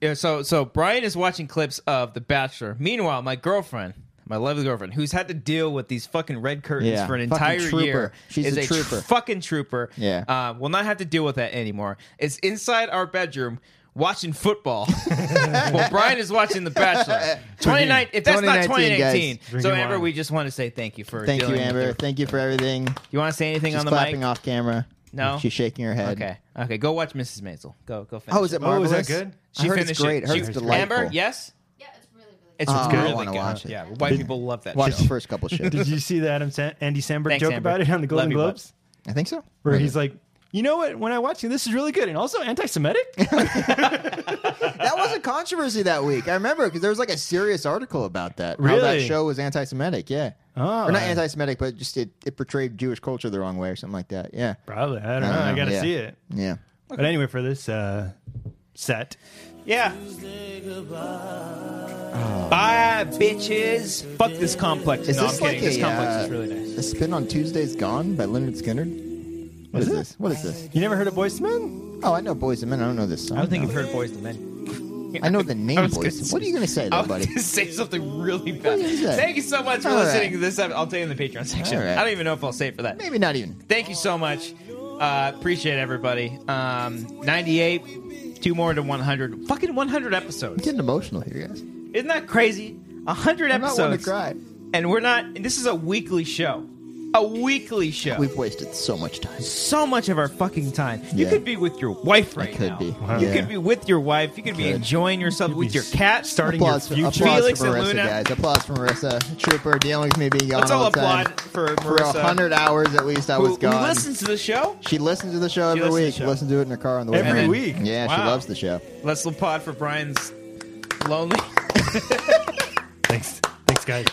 yeah, so so Brian is watching clips of The Bachelor. Meanwhile, my girlfriend, my lovely girlfriend, who's had to deal with these fucking red curtains
Yeah.
for an
Fucking
entire
trooper.
year,
She's
is
a
tr-
trooper.
fucking trooper.
Yeah.
uh, will not have to deal with that anymore. It's inside our bedroom. Watching football while Brian is watching The Bachelor. 29, if that's not
2019, guys.
2018. So,
Drinking
Amber,
wine.
we just want to say thank you for
Thank you,
dealing with
Amber.
your-
Thank you for everything.
You want to say anything
She's
on the
clapping
mic?
off camera.
No?
She's shaking her head.
Okay. Okay. Go watch Mrs. Maisel. Go. Go. Finish.
Oh, is it
Oh,
marvelous?
is that good?
I heard it's great. I heard it's delightful.
Amber, yes,
Yeah, it's really, really
it's
Oh,
really
I wanna
good.
watch it.
Yeah, white people love that
Watch
show.
the first couple shows.
Did you see the Adam Sa- Andy Samberg
Thanks,
joke
Amber.
about it on the Golden
Love you, bud.
Globes?
I think so.
Where he's like, you know what? When I watch you, this is really good and also anti-Semitic.
that was a controversy that week. I remember because there was like a serious article about that. How that
Really?
show was anti-Semitic. Yeah.
Oh.
or not anti-Semitic, but just it, it portrayed Jewish culture the wrong way or something like that. Yeah.
Probably. I don't
I
know.
don't
I
know.
gotta
Yeah.
see it.
Yeah.
But anyway, for this uh, set,
Yeah. Bye, bitches. Fuck this complex.
Is
no,
this
I'm
like
kidding. this
a,
complex
uh,
is really nice.
The spin on Tuesday's gone by Leonard Skinner. What is this? What is this?
you never heard of Boyz II Men?
Oh, I know Boys and Men. I don't know this song.
I don't think
though.
you've heard Boys the Men.
I know the
I
name
was Oh, gonna
Boys.
say-
What are you gonna say,
I
there,
was
buddy?
gonna say something really bad.
you say?
Thank you so much for
All right.
listening to this. I'll tell you in the Patreon section.
All right.
I don't even know if I'll say it for that.
Maybe not even.
Thank you so much. Uh, appreciate everybody. Um, 98, two more to 100. Fucking 100
I'm
episodes.
getting emotional here, guys.
Isn't that crazy? 100
I'm not
episodes.
want to cry.
And we're not, and this is a weekly show. A weekly show.
We've wasted so much time.
so much of our fucking time. You
Yeah.
could be with your wife right
could
now.
be. Wow.
You
Yeah.
could be with your wife. You could be
Could.
enjoying yourself with your
s-
cat.
starting your
Applause,
future.
applause
Felix
for
and
Marissa,
Luna.
guys. Applause for Marissa. Trooper dealing with me being gone
Let's all
all the time.
applaud for
For a
Marissa.
hundred hours at least, I
who,
was
who
gone.
listens to the show.
She listens to the show
She
every
listens to
week.
the show.
Listens to it in her car on the way.
Every
home.
week.
Yeah, she
Wow.
loves the show.
Let's applaud for Brian's lonely.
Thanks. Thanks, guys.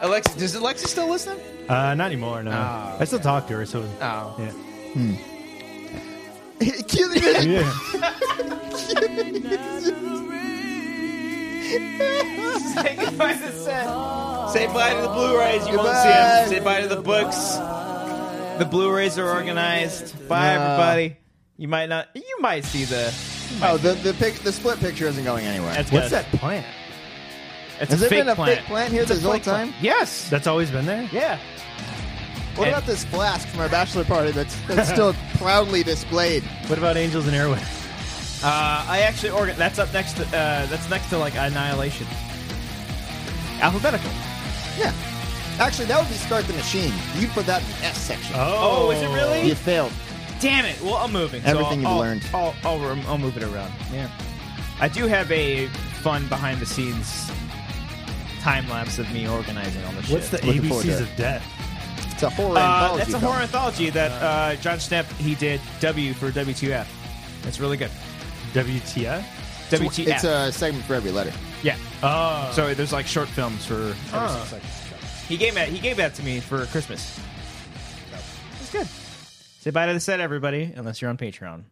Alexa, does Alexa still listen? Ah,
Uh, not anymore. No, I still talk to her. So
Oh.
yeah.
Killing it.
Yeah.
Say goodbye to the set. Say bye to the Blu-rays. You won't see
Goodbye.
them. Say bye to the books. The Blu-rays are organized. Bye, everybody. You might not. You might see the.
Oh, the the, pic, the split picture isn't going anywhere.
That's
What's
good.
that plant?
It's
Has there
a fake
been a
plant.
fake plant here this whole time?
Yes.
That's always been there?
yeah.
What about this flask from our bachelor party that's that's still proudly displayed?
What about Angels and Airwaves?
Uh, I actually organ. That's up next to. Uh, that's next to like Annihilation. Alphabetical.
Yeah. Actually, that would be start the machine. You put that in the S section.
Oh, is it really?
You failed.
Damn it! Well, I'm moving. So
Everything you've
I'll,
learned.
I'll, I'll, rem- I'll move it around. Yeah. I do have a fun behind the scenes time lapse of me organizing all this
What's the
shit.
Looking forward
ABCs
to
of death?
It's a horror
Uh,
anthology.
that's a
film.
horror anthology that uh, John Schnepp he did W for WTF. It's really good.
WTF?
WTF.
It's a segment for every letter.
yeah.
Oh.
So there's like short films for. every single section. Ah. He gave that. He gave that to me for Christmas. It's good. Say bye to the set, everybody, unless you're on Patreon.